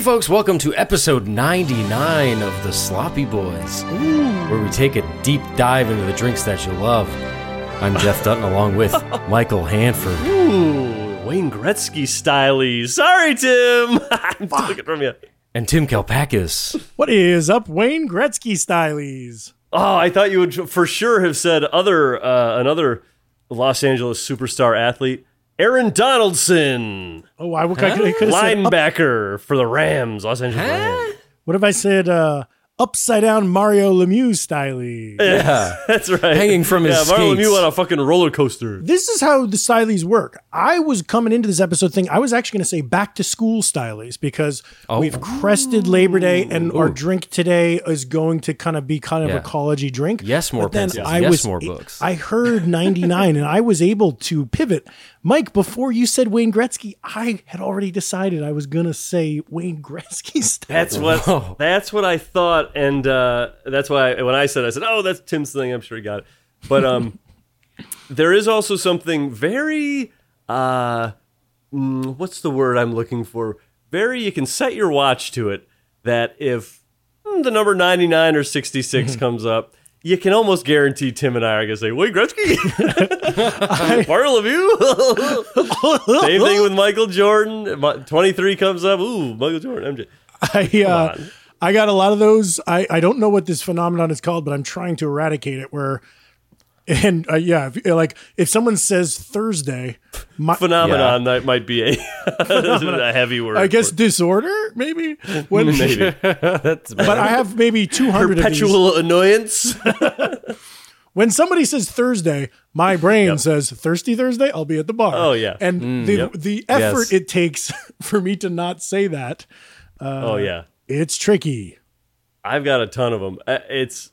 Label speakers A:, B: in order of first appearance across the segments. A: folks, welcome to episode 99 of The Sloppy Boys, where we take a deep dive into the drinks that you love. I'm Jeff Dutton along with Michael Hanford.
B: Ooh, Wayne Gretzky styly. Sorry, Tim. I'm took it from you.
A: And Tim Kalpakis.
C: What is up, Wayne Gretzky stylies?
B: Oh, I thought you would for sure have said other uh, another Los Angeles superstar athlete, Aaron Donaldson,
C: Oh, I, I could, I could have said. Up,
B: linebacker for the Rams, Los Angeles Rams.
C: what if I said uh, upside down Mario Lemieux stylies?
A: Yeah.
B: That's right.
A: Hanging from his
B: yeah, Marlon
A: skates.
B: Lemieux on a fucking roller coaster.
C: This is how the stylies work. I was coming into this episode thing. I was actually going to say back to school stylies because
A: Oh.
C: we've crested Labor Day, and our drink today is going to kind of be kind of
A: Yeah.
C: a college drink.
A: Yes, more
C: But then
A: pencils.
C: I
A: Yes,
C: was,
A: more books.
C: I heard ninety nine, and I was able to pivot. Mike, before you said Wayne Gretzky, I had already decided I was going to say Wayne Gretzky stylies.
B: That's what
A: Whoa.
B: that's what I thought, and uh, that's why when I said I said, "Oh, that's Tim's thing." I'm sure he got it, but um, there is also something very uh, mm, what's the word I'm looking for? Very, you can set your watch to it that if mm, the number 99 or 66 comes up. You can almost guarantee Tim and I are gonna say, "Wait, Gretzky, Barrel of you." Same thing with Michael Jordan. Mi- Twenty-three comes up. Ooh, Michael Jordan, MJ.
C: I uh, I got a lot of those. I, I don't know what this phenomenon is called, but I'm trying to eradicate it. Where and uh, yeah, if, like if someone says Thursday, my,
B: phenomenon that might be a, a heavy word.
C: I guess
B: for
C: disorder maybe. When,
B: it. maybe
C: but I have maybe 200 of these.
B: perpetual annoyance.
C: Uh, When somebody says Thursday, my brain says thirsty Thursday. I'll be at the bar.
B: Oh, yeah.
C: and the the
A: Yes.
C: effort it takes for me to not say that
B: oh yeah,
C: it's tricky.
B: I've got a ton of them. It's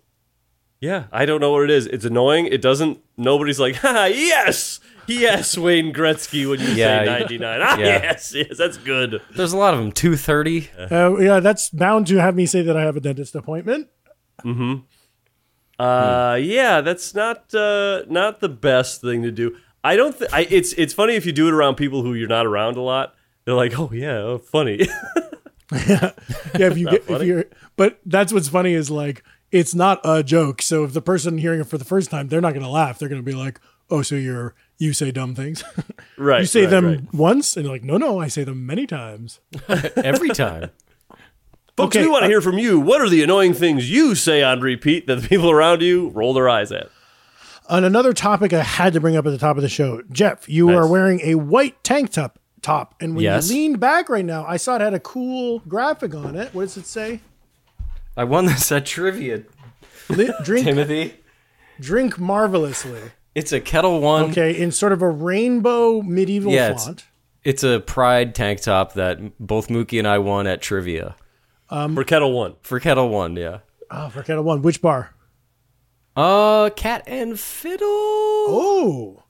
B: yeah, I don't know what it is. It's annoying. It doesn't. Nobody's like, ha, yes, yes, Wayne Gretzky when you
A: Yeah,
B: say
A: you-
B: ninety nine. Ah,
A: yeah.
B: yes, yes, that's good.
A: There's a lot of them. 230.
B: Uh-huh.
C: Uh, yeah, that's bound to have me say that I have a dentist appointment. Hmm.
B: Uh, yeah, that's not uh, not the best thing to do. I don't. Th- I, it's it's funny if you do it around people who you're not around a lot. They're like, oh yeah, oh, funny.
C: yeah, if you get if
B: funny?
C: you're but that's what's funny is like it's not a joke. So if the person hearing it for the first time, they're not gonna laugh. They're gonna be like, Oh, so you're you say dumb things.
B: right.
C: you say
B: right,
C: them
B: right.
C: once and you're like, No, no, I say them many times.
A: Every time.
B: Folks,
C: Okay,
B: we
A: uh,
B: want to hear from you. What are the annoying things you say on repeat that the people around you roll their eyes at?
C: On another topic I had to bring up at the top of the show, Jeff, you are wearing a white tank top top and when
A: Yes.
C: you leaned back right now, I saw it had a cool graphic on it. What does it say?
A: I won this at trivia,
C: Li- drink
A: Timothy.
C: drink marvelously.
A: It's a Kettle One.
C: Okay, in sort of a rainbow medieval
A: Yeah, it's-
C: font.
A: It's a Pride tank top that both Mookie and I won at trivia Um,
B: for Kettle One.
A: for Kettle One, yeah.
C: Oh, for Kettle One. Which bar?
A: Uh, Cat and Fiddle.
C: Oh,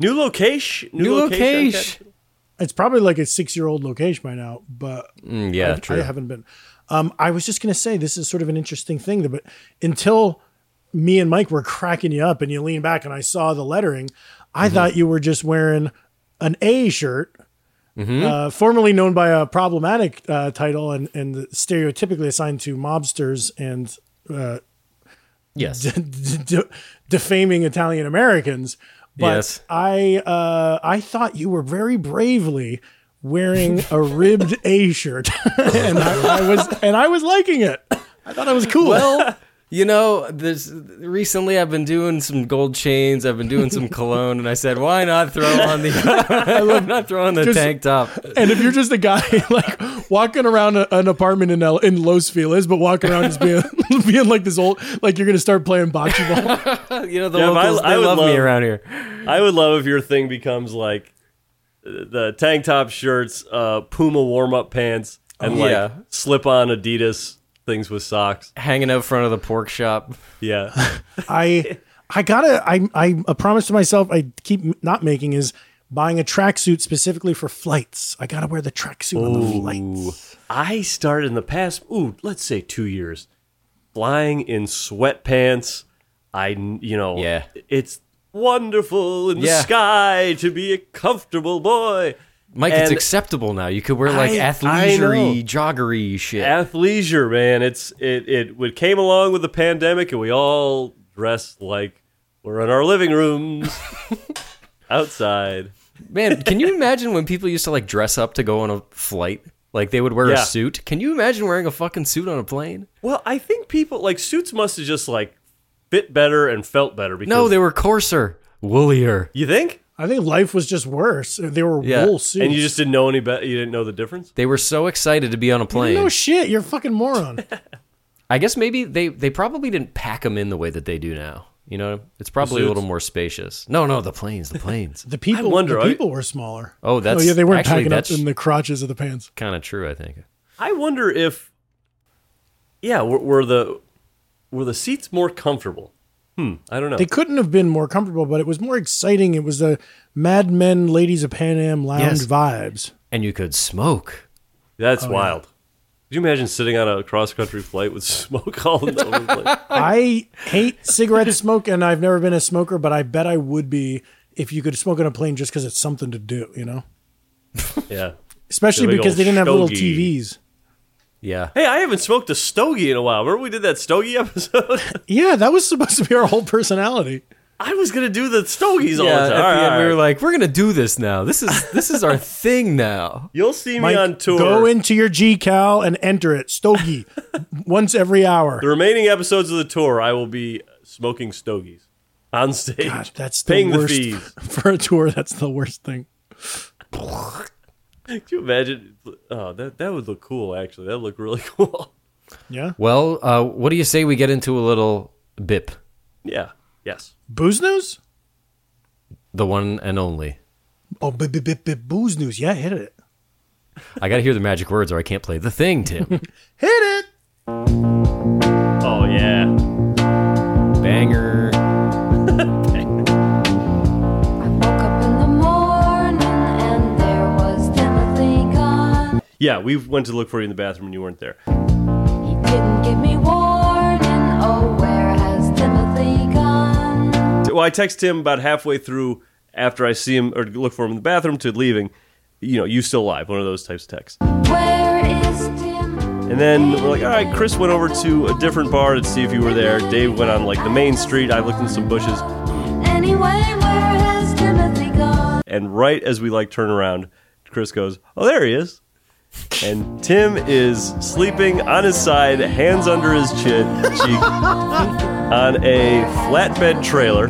B: New location.
A: New
B: on
A: location.
B: Cat-
C: it's probably like a six year old location by now, but
A: Mm, yeah,
C: I
A: true.
C: haven't been. Um, I was just going to say this is sort of an interesting thing, that, but until me and Mike were cracking you up and you leaned back and I saw the lettering, I thought you were just wearing an A shirt, uh, formerly known by a problematic uh, title and, and stereotypically assigned to mobsters and
A: yes.
C: d- d- defaming Italian Americans. But
A: Yes.
C: I uh, I thought you were very bravely wearing a ribbed A shirt, and I, I was and I was liking it. I thought it was cool.
A: well, you know, this recently I've been doing some gold chains, I've been doing some cologne, and I said, why not throw on the I'm not throwing the
C: Just-
A: tank top.
C: and if you're just a guy like walking around a, an apartment in L- in Los Feliz, but walking around just being being like this old, like you're gonna start playing bocce ball.
A: You know, the
B: Yeah, but I-
A: locals they
B: I would
A: love, me
B: love-
A: around here.
B: I would love if your thing becomes like uh, the tank top shirts, uh, Puma warm up pants, and like
A: Oh, Yeah.
B: slip on Adidas things with socks.
A: Hanging out front of the pork shop.
B: Yeah.
C: I I gotta I I a promise to myself I keep m- not making is buying a tracksuit specifically for flights. I gotta wear the tracksuit on the flights.
B: I started in the past, ooh, let's say two years, flying in sweatpants. I, you know,
A: Yeah.
B: it's wonderful in
A: Yeah.
B: the sky to be a comfortable boy.
A: Mike, it's
B: And-
A: acceptable now. You could wear like
B: I- I
A: athleisure
B: know.
A: joggery shit.
B: athleisure, man. It's it it it came along with the pandemic, and we all dressed like we're in our living rooms outside.
A: Man, can you imagine when people used to like dress up to go on a flight? Like they would wear
B: Yeah.
A: a suit. Can you imagine wearing a fucking suit on a plane?
B: Well, I think people like suits must have just like fit better and felt better because
A: No, they were coarser, woollier.
B: you think,
C: I think life was just worse. Uh, They were
A: Yeah,
C: wool suits.
B: and you just didn't know any better. You didn't know the difference.
A: They were so excited to be on a plane.
C: no shit. You're a fucking moron.
A: I guess maybe they they probably didn't pack them in the way that they do now. You know, it's probably a
B: suits?
A: little more spacious. No, no, the planes, the planes.
C: The people,
B: wonder,
C: the
B: I-
C: people were smaller.
A: Oh, that's-
C: yeah. They weren't
A: actually,
C: packing up
A: that's-
C: in the crotches of the pants.
A: kind of true, I think.
B: I wonder if, yeah, were, were the were the seats more comfortable? Hmm, I don't know.
C: They couldn't have been more comfortable, but it was more exciting. It was the Mad Men, Ladies of Pan Am lounge
A: Yes.
C: vibes.
A: And you could smoke.
B: That's wild. Could you imagine sitting on a cross country flight with smoke all over the place?
C: I hate cigarette smoke, and I've never been a smoker, but I bet I would be if you could smoke on a plane just because it's something to do, you know?
B: Yeah.
C: Especially
B: The big
C: because
B: old
C: they didn't have little
B: stogie.
C: TVs.
A: Yeah.
B: Hey, I haven't smoked a stogie in a while. Remember we did that stogie episode?
C: Yeah, that was supposed to be our whole personality.
B: I was gonna do the stogies all
A: Yeah,
B: the
A: at
B: time.
A: the
B: All
A: end,
B: right,
A: we
B: all
A: were
B: right.
A: like, we're gonna do this now. This is this is our thing now.
B: You'll see me
C: Mike,
B: on tour.
C: Go into your G Cal and enter it. Stogie. once every hour.
B: the remaining episodes of the tour, I will be smoking stogies on stage.
C: God, that's the
B: paying
C: worst
B: the fees.
C: for a tour. That's the worst thing.
B: Could you imagine? Oh, that that would look cool. Actually, that would look really cool.
C: Yeah.
A: Well, uh, what do you say we get into a little bip,
B: yeah. Yes.
C: Booze news?
A: the one and only.
C: Oh, b- b- b- b- booze news. Yeah, hit it.
A: I gotta hear the magic words, or I can't play the thing, Tim.
C: Hit it.
B: Oh yeah.
A: Banger.
D: Woke up in the morning and there was Timothy gone.
B: Yeah, we went to look for you in the bathroom and you weren't there.
D: He didn't give me warning. Oh, where has Timothy gone?
B: Well, I text him about halfway through after I see him or look for him in the bathroom to leaving. You know, you still alive, one of those types of texts.
D: Where is Tim?
B: And then we're like, all right, Chris went over to a different bar to see if you were there. Dave went on like the main street. I looked in some bushes.
D: Anyway, where has Timothy gone?
B: And right as we like turn around, Chris goes, oh, there he is. And Tim is sleeping on his side, hands under his chin, cheek, on a flatbed trailer.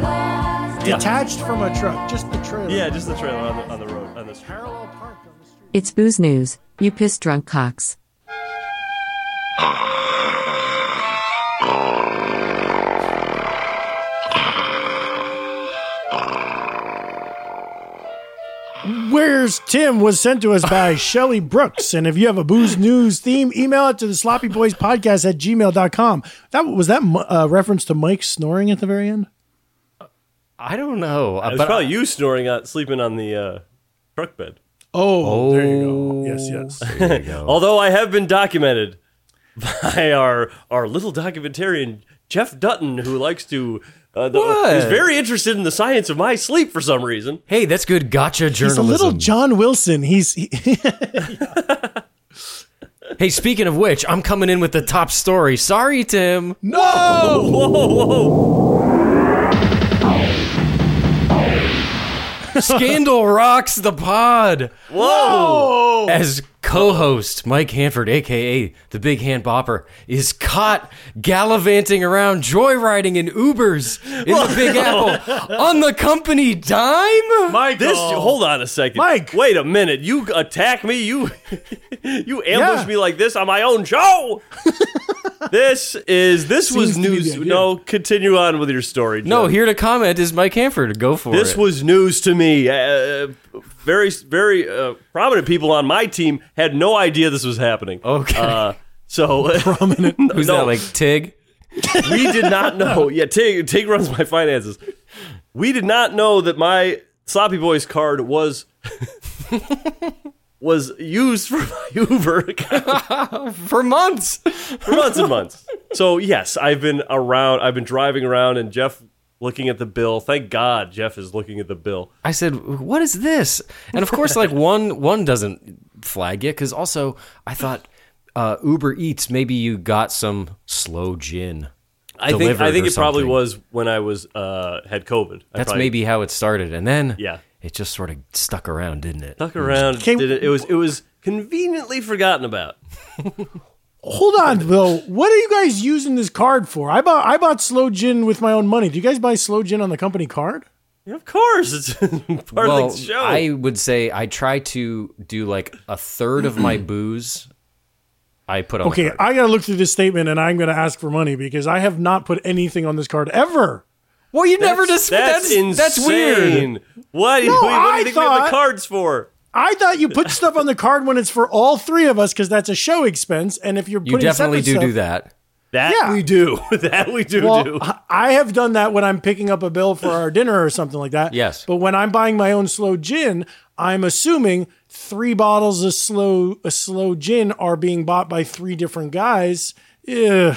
C: Detached from a truck, just the trailer.
B: Yeah, just the trailer on the, on the road, on the street.
C: Parallel parked on the street.
E: It's booze news, you piss drunk cocks.
C: Where's Tim was sent to us by Shelly Brooks. And if you have a booze news theme, email it to the sloppy boys podcast at gmail.com. That was that uh, reference to Mike snoring at the very end.
A: I don't know,
B: It was
A: but uh,
B: probably you snoring out, sleeping on the uh, truck bed.
C: Oh, there you go. Yes, yes.
B: Although I have been documented by our our little documentarian Jeff Dutton, who likes to uh, the,
A: What?
B: is very interested in the science of my sleep for some reason.
A: hey, that's good gotcha
C: He's a
A: journalism.
C: little John Wilson. He's he,
A: hey, speaking of which, I'm coming in with the top story. Sorry, Tim.
B: Whoa, whoa, whoa!
A: Scandal rocks the pod. Whoa! As co-host Mike Hanford, aka the Big Hand Bopper, is caught gallivanting around, joyriding in Ubers in the Big Apple on the company dime.
B: This hold on a second,
C: Mike!
B: Wait a minute! You attack me, you you ambush
C: Yeah.
B: me like this on my own show. this is this was
C: Seems to be the
B: news.
C: idea.
B: No, continue on with your story.
A: no,
B: Jeff.
A: here to comment is Mike Hanford. Go for
B: This
A: it.
B: was news to me. Uh, very, very uh, prominent people on my team had no idea this was happening.
C: Oh.
A: Okay.
B: Uh, so prominent.
A: Who's
B: no,
A: that? Like Tig?
B: we did not know. Yeah, Tig, Tig runs my finances. We did not know that my sloppy boys card was was used for my Uber account
A: for months.
B: for months and months. So yes, I've been around. I've been driving around, and Jeff looking at the bill. Thank God Jeff is looking at the bill.
A: I said, "What is this?" And of course, like one one doesn't flag it because also I thought uh, Uber Eats maybe you got some slow gin.
B: I think I
A: delivered
B: think
A: or
B: it probably
A: something.
B: was when I was uh, had COVID. I
A: That's
B: probably
A: maybe how it started, and then
B: Yeah.
A: it just sort of stuck around, didn't it?
B: stuck around.
C: Can-
B: did it, it was it was conveniently forgotten about.
C: Hold on, though. What are you guys using this card for? I bought I bought slow gin with my own money. Do you guys buy slow gin on the company card?
B: Yeah, of course, it's part
A: well,
B: of the show.
A: I would say I try to do like a third of my booze. I put on the
C: Okay,
A: card.
C: I gotta look through this statement and I'm gonna ask for money because I have not put anything on this card ever.
A: well, you never
B: that's,
A: just
B: that's,
A: that's, that's weird.
B: insane. Why do you,
C: No,
B: what do
C: I
B: you think we have the
C: thought-
B: cards for?
C: I thought you put stuff on the card when it's for all three of us because that's a show expense. And if you're
A: You
C: putting
A: definitely do
C: separate
A: do
C: stuff-
A: that.
B: That
C: Yeah.
B: we do. that we do do.
C: Well, I- I have done that when I'm picking up a bill for our dinner or something like that.
A: Yes.
C: But when I'm buying my own slow gin, I'm assuming three bottles of slow a slow gin are being bought by three different guys. Ugh.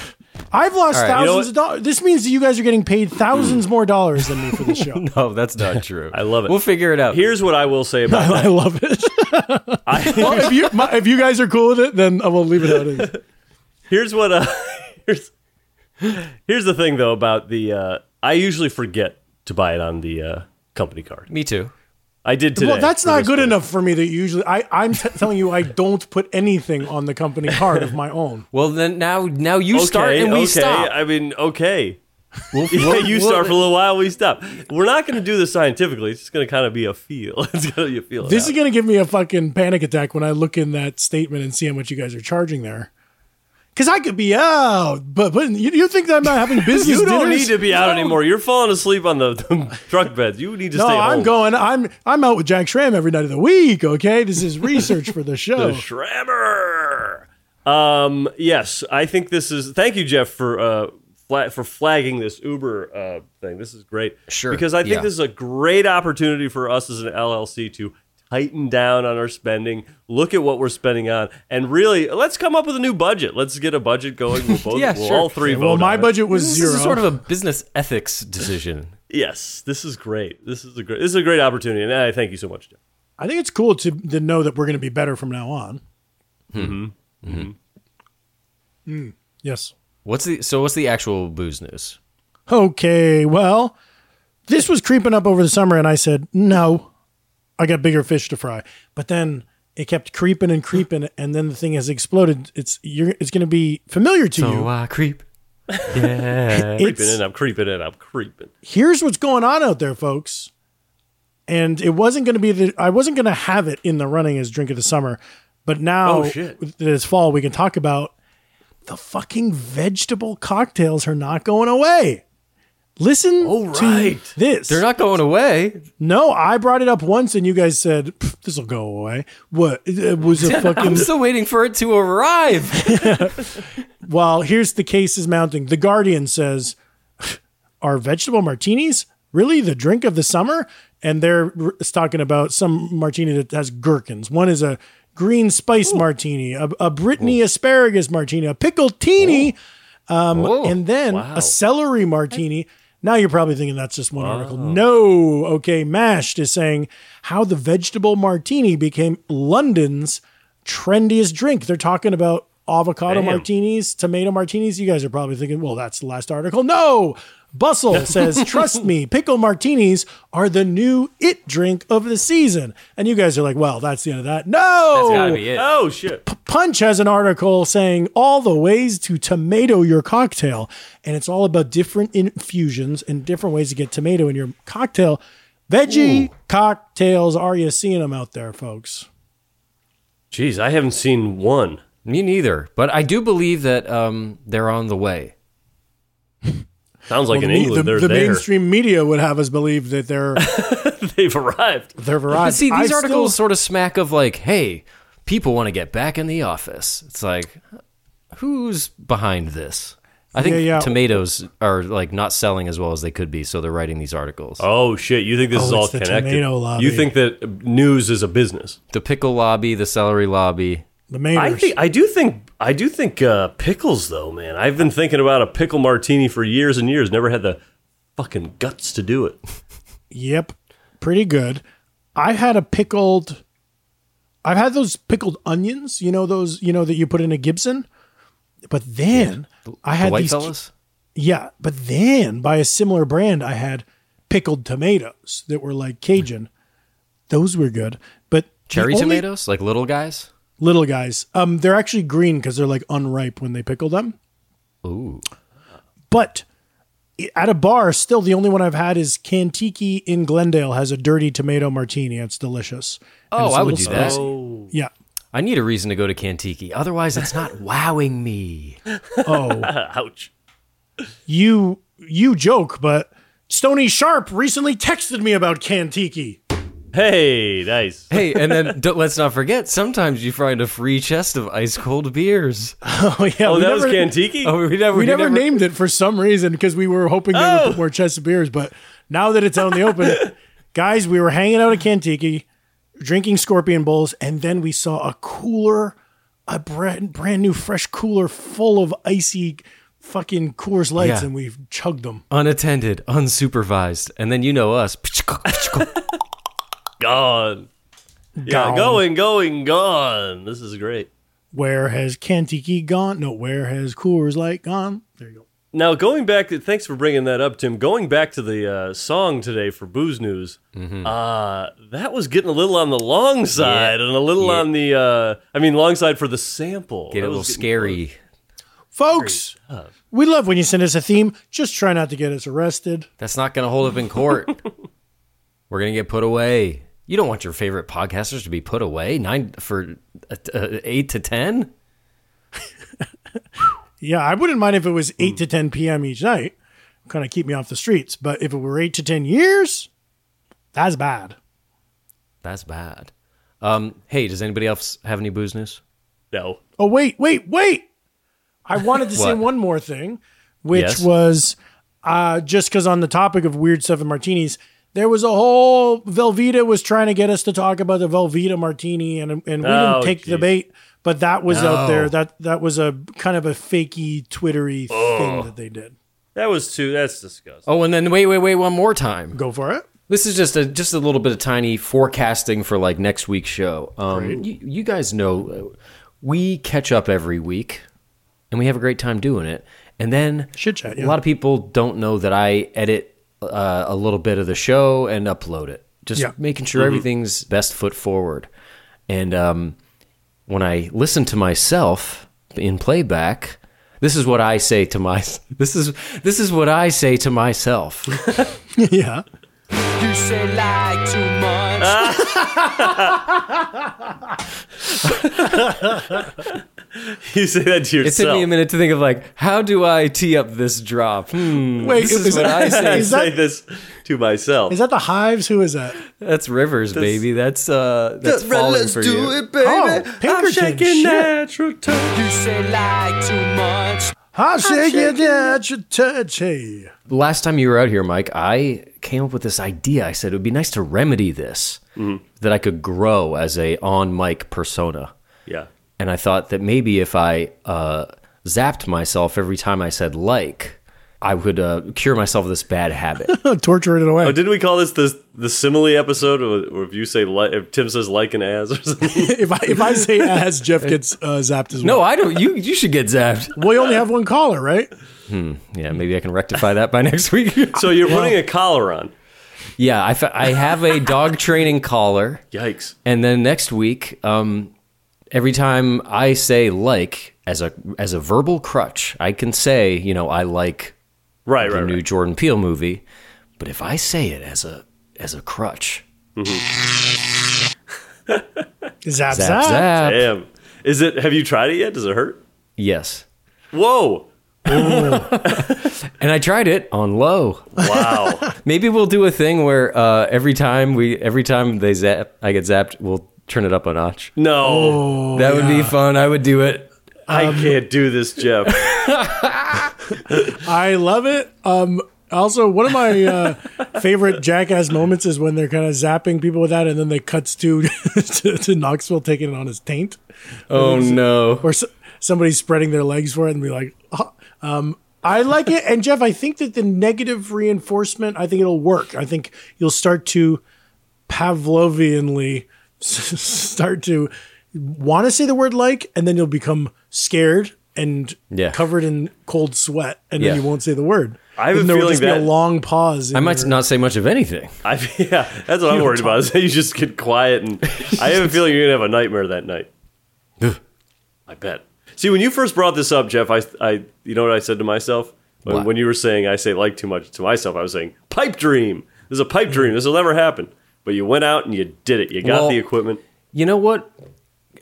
C: I've lost
A: right, you know
C: thousands of dollars. This means that you guys are getting paid thousands more dollars than me for the show.
A: No, that's not true.
B: I love it.
A: We'll figure it out.
B: Here's what I will say about
C: I love it. well, if you my, if you guys are cool with it, then I will leave it out. As.
B: Here's what uh here's here's the thing though about the uh I usually forget to buy it on the uh company card.
A: Me too.
B: I did today.
C: Well, that's
B: for
C: not
B: this
C: good
B: bill.
C: enough for me. That usually I I'm t- telling you I don't put anything on the company card of my own.
A: Well, then now now you
B: Okay,
A: start and we
B: okay.
A: stop.
B: I mean, okay.
A: We'll-
B: Yeah,
A: we'll-
B: you
A: we'll-
B: start for a little while, we stop. We're not going to do this scientifically. It's just going to kind of be a feel. It's going to be a feel.
C: This
B: out.
C: is going to give me a fucking panic attack when I look in that statement and see how much you guys are charging there. Because I could be out, but, but you, you think that I'm not having business
B: you don't
C: dinners?
B: need to be out anymore. You're falling asleep on the, the truck beds. You need to
C: No,
B: stay
C: I'm
B: home.
C: going. I'm I'm out with Jack Schramm every night of the week. Okay, this is research for the show.
B: Schrammer. Um, yes, I think this is. Thank you, Jeff, for uh, fla- for flagging this Uber uh, thing. This is great.
A: Sure,
B: Because I think
A: yeah.
B: this is a great opportunity for us as an LLC to tighten down on our spending. Look at what we're spending on, and really, let's come up with a new budget. Let's get a budget going. We'll both,
A: Yeah,
B: we'll
A: sure.
B: all three vote.
C: well, my
B: on it.
C: budget was
A: this
C: zero.
A: is sort of a business ethics decision.
B: Yes, this is great. This is a great. This is a great opportunity, and I thank you so much, Jeff.
C: I think it's cool to to know that we're going to be better from now on. Hmm. Hmm.
B: Mm-hmm.
C: Mm. Yes.
A: What's the so? What's the actual booze news?
C: Okay. Well, this was creeping up over the summer, and I said no. I got bigger fish to fry. But then it kept creeping and creeping, and then the thing has exploded. It's you're it's going to be familiar to you.
A: Oh, I creep.
C: It's-
B: Creeping in, I'm creeping in, I'm creeping.
C: here's what's going on out there, folks. And it wasn't going to be the I wasn't going to have it in the running as drink of the summer, but now
B: Oh, shit.
C: that it's fall, we can talk about the fucking vegetable cocktails are not going away. Listen
B: right.
C: to this.
A: They're not going away.
C: No, I brought it up once, and you guys said this will go away. What it was a
A: I'm
C: fucking
A: still waiting for it to arrive.
C: well. Here's the case is mounting. The Guardian says, "Are vegetable martinis really the drink of the summer?" And they're r- it's talking about some martini that has gherkins. One is a green spice martini, a, a Brittany asparagus martini, a pickle teeny,
A: Oh.
C: Um, and then
B: wow.
C: a celery martini. Now you're probably thinking that's just one article.
A: Oh.
C: No, okay. Mashed is saying how the vegetable martini became London's trendiest drink. They're talking about avocado martinis, tomato martinis. You guys are probably thinking, well, that's the last article. No, Bustle says, trust me, pickle martinis are the new it drink of the season. And you guys are like, well, that's the end of that. No,
A: That's gotta be it.
B: Oh shit!
C: Punch has an article saying all the ways to tomato your cocktail, and it's all about different infusions and different ways to get tomato in your cocktail. Veggie cocktails, are you seeing them out there, folks?
B: Jeez, I haven't seen one.
A: Me neither. But I do believe that um, they're on the way.
B: Sounds like
C: Well,
B: in
C: the-
B: England,
C: the,
B: they're
C: the
B: there.
C: mainstream media would have us believe that they're
B: They've arrived.
C: they're
A: But
C: variety.
A: see, these
C: I
A: articles
C: still-
A: sort of smack of like, hey, people want to get back in the office. It's like, who's behind this? I think
C: Yeah, yeah.
A: tomatoes are like not selling as well as they could be, so they're writing these articles.
B: Oh shit! You think this
C: Oh,
B: is all
C: it's the
B: connected?
C: tomato lobby.
B: You think that uh, news is a business?
A: The pickle lobby, the celery lobby.
C: the mainers.
B: I think. I do think. I do think uh, pickles, though, man. I've been thinking about a pickle martini for years and years. Never had the fucking guts to do it.
C: Yep. Pretty good. I've had a pickled I've had those pickled onions, you know those, you know that you put in a Gibson. But then I had
A: the white
C: these
A: fellas.
C: Yeah, but then by a similar brand I had pickled tomatoes that were like Cajun. Those were good. But the
A: Cherry
C: only-
A: tomatoes, like little guys.
C: little guys. Um they're actually green because they're like unripe when they pickle them.
A: Ooh,
C: But at a bar, still the only one I've had is Cantiki in Glendale has a dirty tomato martini. It's delicious. And
A: Oh,
C: it's a
A: I would do
C: little
A: that.
C: spicy.
B: Oh,
C: Yeah.
A: I need a reason to go to Kantiki. Otherwise, it's not wowing me.
C: Oh,
B: ouch.
C: you you joke, but Stony Sharp recently texted me about Cantiki.
B: Hey, nice.
A: Hey, and then don't, let's not forget. Sometimes you find a free chest of ice cold beers.
C: Oh yeah.
B: Oh,
C: we
B: that was
C: never,
B: Cantiki.
A: Oh, we never,
C: We, never, named it for some reason because we were hoping they would put more chests of beers, but now that it's out in the open, guys, we were hanging out at Cantiki, drinking scorpion bowls, and then we saw a cooler, a brand brand new fresh cooler full of icy fucking Coors Lights,
A: Yeah.
C: and we chugged them.
A: unattended, unsupervised, and then you know us.
B: gone. Yeah,
C: Gone.
B: going, going, gone. This is great.
C: Where has Cantiki gone? No, where has Coors Light gone? There you go.
B: Now, going back to, thanks for bringing that up, Tim. Going back to the uh, song today for Booze News,
A: Mm-hmm.
B: uh, that was getting a little on the long side and a little
A: Yeah.
B: on the, uh, I mean, long side for the sample.
A: Get
B: That
A: a little
B: was getting
A: scary.
C: Folks, we love when you send us a theme. Just try not to get us arrested.
A: That's not going to hold up in court. We're going to get put away. You don't want your favorite podcasters to be put away nine for uh, uh, eight to ten.
C: Yeah, I wouldn't mind if it was 8 to 10 p.m. each night, kind of keep me off the streets. But if it were 8 to 10 years, that's bad.
A: That's bad. Um, hey, does anybody else have any booze news?
B: No.
C: Oh, wait, wait, wait. I wanted to say
A: What?
C: one more thing, which
B: Yes.
C: was uh, just because on the topic of weird stuff and martinis, there was a whole Velveeta was trying to get us to talk about the Velveeta martini, and and we
B: Oh,
C: didn't take the
B: geez.
C: bait. But that was out there.
A: No.
C: That that was a kind of a fakey, twittery thing that they did.
B: That was too, that's disgusting.
A: Oh, and then wait, wait, wait, one more time.
C: Go for it.
A: This is just a just a little bit of tiny forecasting for like next week's show. Um, you, you guys know uh, we catch up every week, and we have a great time doing it. And then
C: Chit chat, yeah.
A: A lot of people don't know that I edit uh, a little bit of the show and upload it, just
C: Yeah. Mm-hmm.
A: making sure everything's best foot forward. And um, when I listen to myself in playback, this is what I say to my this is this is what I say to myself.
C: yeah.
F: You say lie too much.
B: you say that to
A: It
B: yourself.
A: took me a minute to think of like, how do I tee up this drop? Hmm,
C: Wait,
A: this
C: it
A: is
C: was-
A: what I
B: I
A: say.
C: Is that-
B: say this to myself.
C: Is that the hives? Who is that?
A: That's Rivers, baby. That's uh, that's falling for you.
B: baby.
C: Oh, Pinkerton, shit.
B: natural touch.
F: You say lie too much.
C: I'll shake it, yeah, your touch. Hey.
A: Last time you were out here, Mike, I came up with this idea. I said it would be nice to remedy this, that I could grow as a on mic persona.
B: Yeah.
A: and I thought that maybe if I uh, zapped myself every time I said like, I would uh, cure myself of this bad habit.
C: Torture it away.
B: Oh, didn't we call this the the simile episode? Or, or if you say like, if Tim says like an as or something,
C: if I if I say as Jeff gets uh, zapped as well.
A: no, I don't. You you should get zapped.
C: No, we only have one caller, right?
A: Yeah, maybe I can rectify that by next week.
B: so you're putting a collar on.
A: yeah, I, fa- I have a dog training collar,
B: Yikes!
A: and then next week, um, every time I say like as a as a verbal crutch, I can say you know I like
B: Right,
A: the
B: right,
A: new
B: right.
A: Jordan Peele movie, but if I say it as a as a crutch, zap
C: Zap zap.
A: zap,
B: Damn. Is it? Have you tried it yet? Does it hurt?
A: yes.
B: Whoa!
A: And I tried it on low.
B: Wow!
A: Maybe we'll do a thing where uh, every time we, every time they zap, I get zapped, we'll turn it up a notch.
B: no,
A: that would be fun. I would do it.
B: I
A: um,
B: can't do this, Jeff.
C: I love it. Um also one of my uh, favorite jackass moments is when they're kind of zapping people with that and then they cuts to to, to Knoxville taking it on his taint
A: Oh no!
C: or so, somebody spreading their legs for it and be like "Ah, um I like it. And Jeff, I think that the negative reinforcement, I think it'll work. I think you'll start to Pavlovianly s- start to want to say the word like, and then you'll become scared and
A: Yeah.
C: covered in cold sweat, and then
A: Yeah.
C: you won't say the word.
B: I have a
C: And there will
B: feeling
C: just be
B: that-
C: a long pause. in
A: I might
C: your-
A: not say much of anything.
B: I, yeah, that's what I'm worried about. Is that you just get quiet, and I have a feeling you're gonna have a nightmare that night. I bet. See, when you first brought this up, Jeff, I, I, you know what I said to myself when,
A: What?
B: when you were saying I say like too much to myself. I was saying pipe dream. This is a pipe dream. This will never happen. But you went out and you did it. You got
A: Well-
B: the equipment.
A: You know what?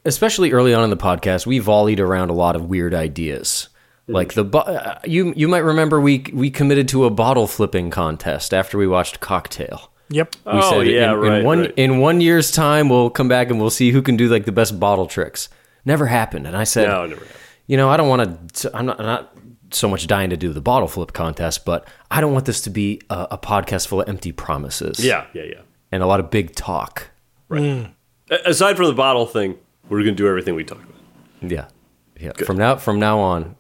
A: Especially early on in the podcast, we volleyed around a lot of weird ideas. Like the bo- uh, you you might remember we we committed to a bottle flipping contest after we watched Cocktail.
C: Yep.
A: We
B: Oh, yeah,
A: in,
B: right,
A: in one
B: right.
A: in one year's time we'll come back and we'll see who can do like the best bottle tricks. Never happened, and I said,
B: No, it never happened.
A: you know, I don't want to. I'm not not so much dying to do the bottle flip contest, but I don't want this to be a, a podcast full of empty promises.
B: Yeah, yeah, yeah.
A: and a lot of big talk.
B: A- aside from the bottle thing, we're gonna do everything we talked about.
A: Yeah, yeah. From now from now on,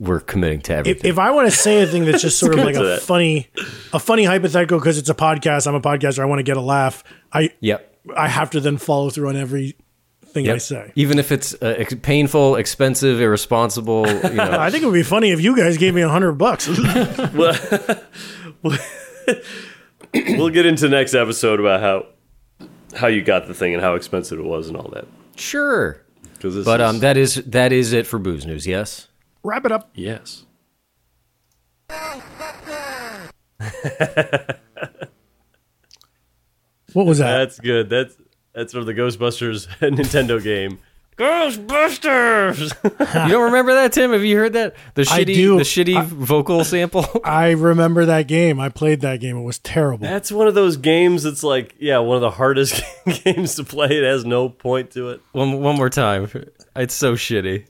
A: we're committing to
C: if,
A: everything.
C: if I want to say a thing that's just sort of like
B: to
C: a
B: that.
C: funny, a funny hypothetical because it's a podcast, I'm a podcaster, I want to get a laugh. I
A: Yep.
C: I have to then follow through on everything I
A: Yep.
C: say.
A: Even if it's uh, ex- painful, expensive, irresponsible, you know,
C: I think it would be funny if you guys gave me a hundred bucks.
B: We'll get into next episode about how how you got the thing and how expensive it was and all that.
A: sure.
B: 'Cause this
A: But
B: is-
A: um, that is that is it for booze news. Yes.
C: Wrap it up.
B: yes.
C: What was that?
B: That's good. That's that's from the Ghostbusters Nintendo game. Ghostbusters.
A: You don't remember that, Tim? Have you heard that? The
C: Ah. I
A: shitty
C: do.
A: the shitty vocal sample.
C: I remember that game. I played that game. It was terrible.
B: that's one of those games that's like, yeah, one of the hardest games to play. It has no point to it.
A: one one more time. It's so shitty.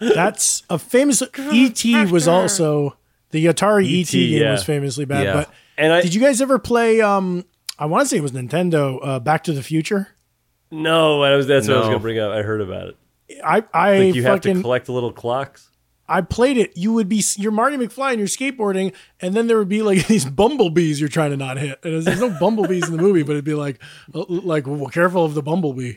C: That's a famous ET was also the Atari ET, game
B: E yeah.
C: was famously bad.
A: Yeah.
C: But
B: And I
C: did you guys ever play? Um, I want to say it was Nintendo. Uh, Back to the Future.
B: No, I was, that's what I was
A: No.
B: going to bring up. I heard about it.
C: I I
B: Like you have to
C: fucking
B: collect the little clocks.
C: I played it. You would be you're Marty McFly and you're skateboarding, and then there would be like these bumblebees you're trying to not hit. And there's- there's no bumblebees in the movie, but it'd be like uh, like well, careful of the bumblebee.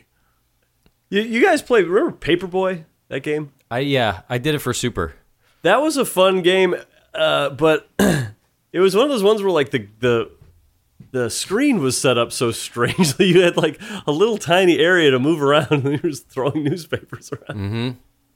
B: You, you guys play remember Paperboy? That game?
A: I yeah, I did it for super.
B: That was a fun game, uh, but it was one of those ones where like the the the screen was set up so strangely. You had like a little tiny area to move around, and you were just throwing newspapers around. Mm-hmm.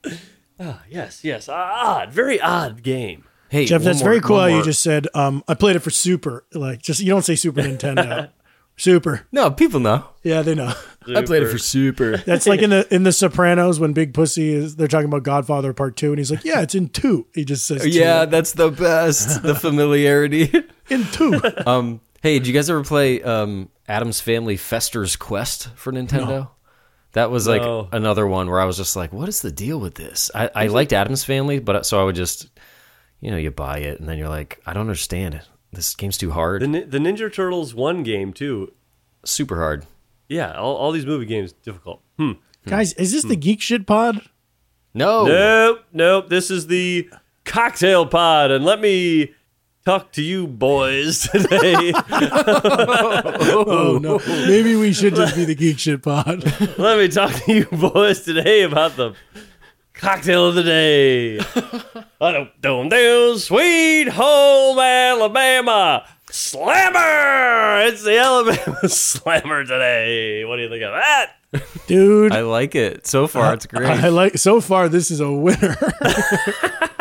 B: Ah, yes, yes, Ah, odd, very odd game.
A: Hey,
C: Jeff,
A: one
C: that's
A: more-
C: very cool
A: one
C: how you
A: more-
C: just said um, I played it for Super. Like just you don't say Super Nintendo. Super.
A: No, people know.
C: Yeah, they know.
A: I played it for super.
C: That's like in the in the Sopranos when Big Pussy is they're talking about Godfather Part Two, and he's like, "Yeah, it's in two. He just says,
A: yeah, that's the best. The familiarity.
C: two. in two.
A: Hmm. hey, did you guys ever play um, Adam's Family Fester's Quest for Nintendo? That was like
B: No.
A: another one where I was just like, "What is the deal with this?" I, I liked Adam's Family, but uh, so I would just, you know, you buy it and then you're like, "I don't understand it. This game's too hard,
B: The, Ni- the Ninja Turtles one game too.
A: super hard."
B: Yeah, all, all these movie games difficult. Hmm.
C: Guys, is this the Geek Shit Pod?
A: No,
B: Nope, nope. This is the cocktail pod, and let me talk to you boys today.
C: Oh no, maybe we should just be the Geek Shit Pod.
B: Let me talk to you boys today about the cocktail of the day. I don't don't do sweet home Alabama slammer. It's the Alabama slammer today. What do you think of that?
C: Dude,
A: I like it so far. It's great.
C: I like so far. This is a winner.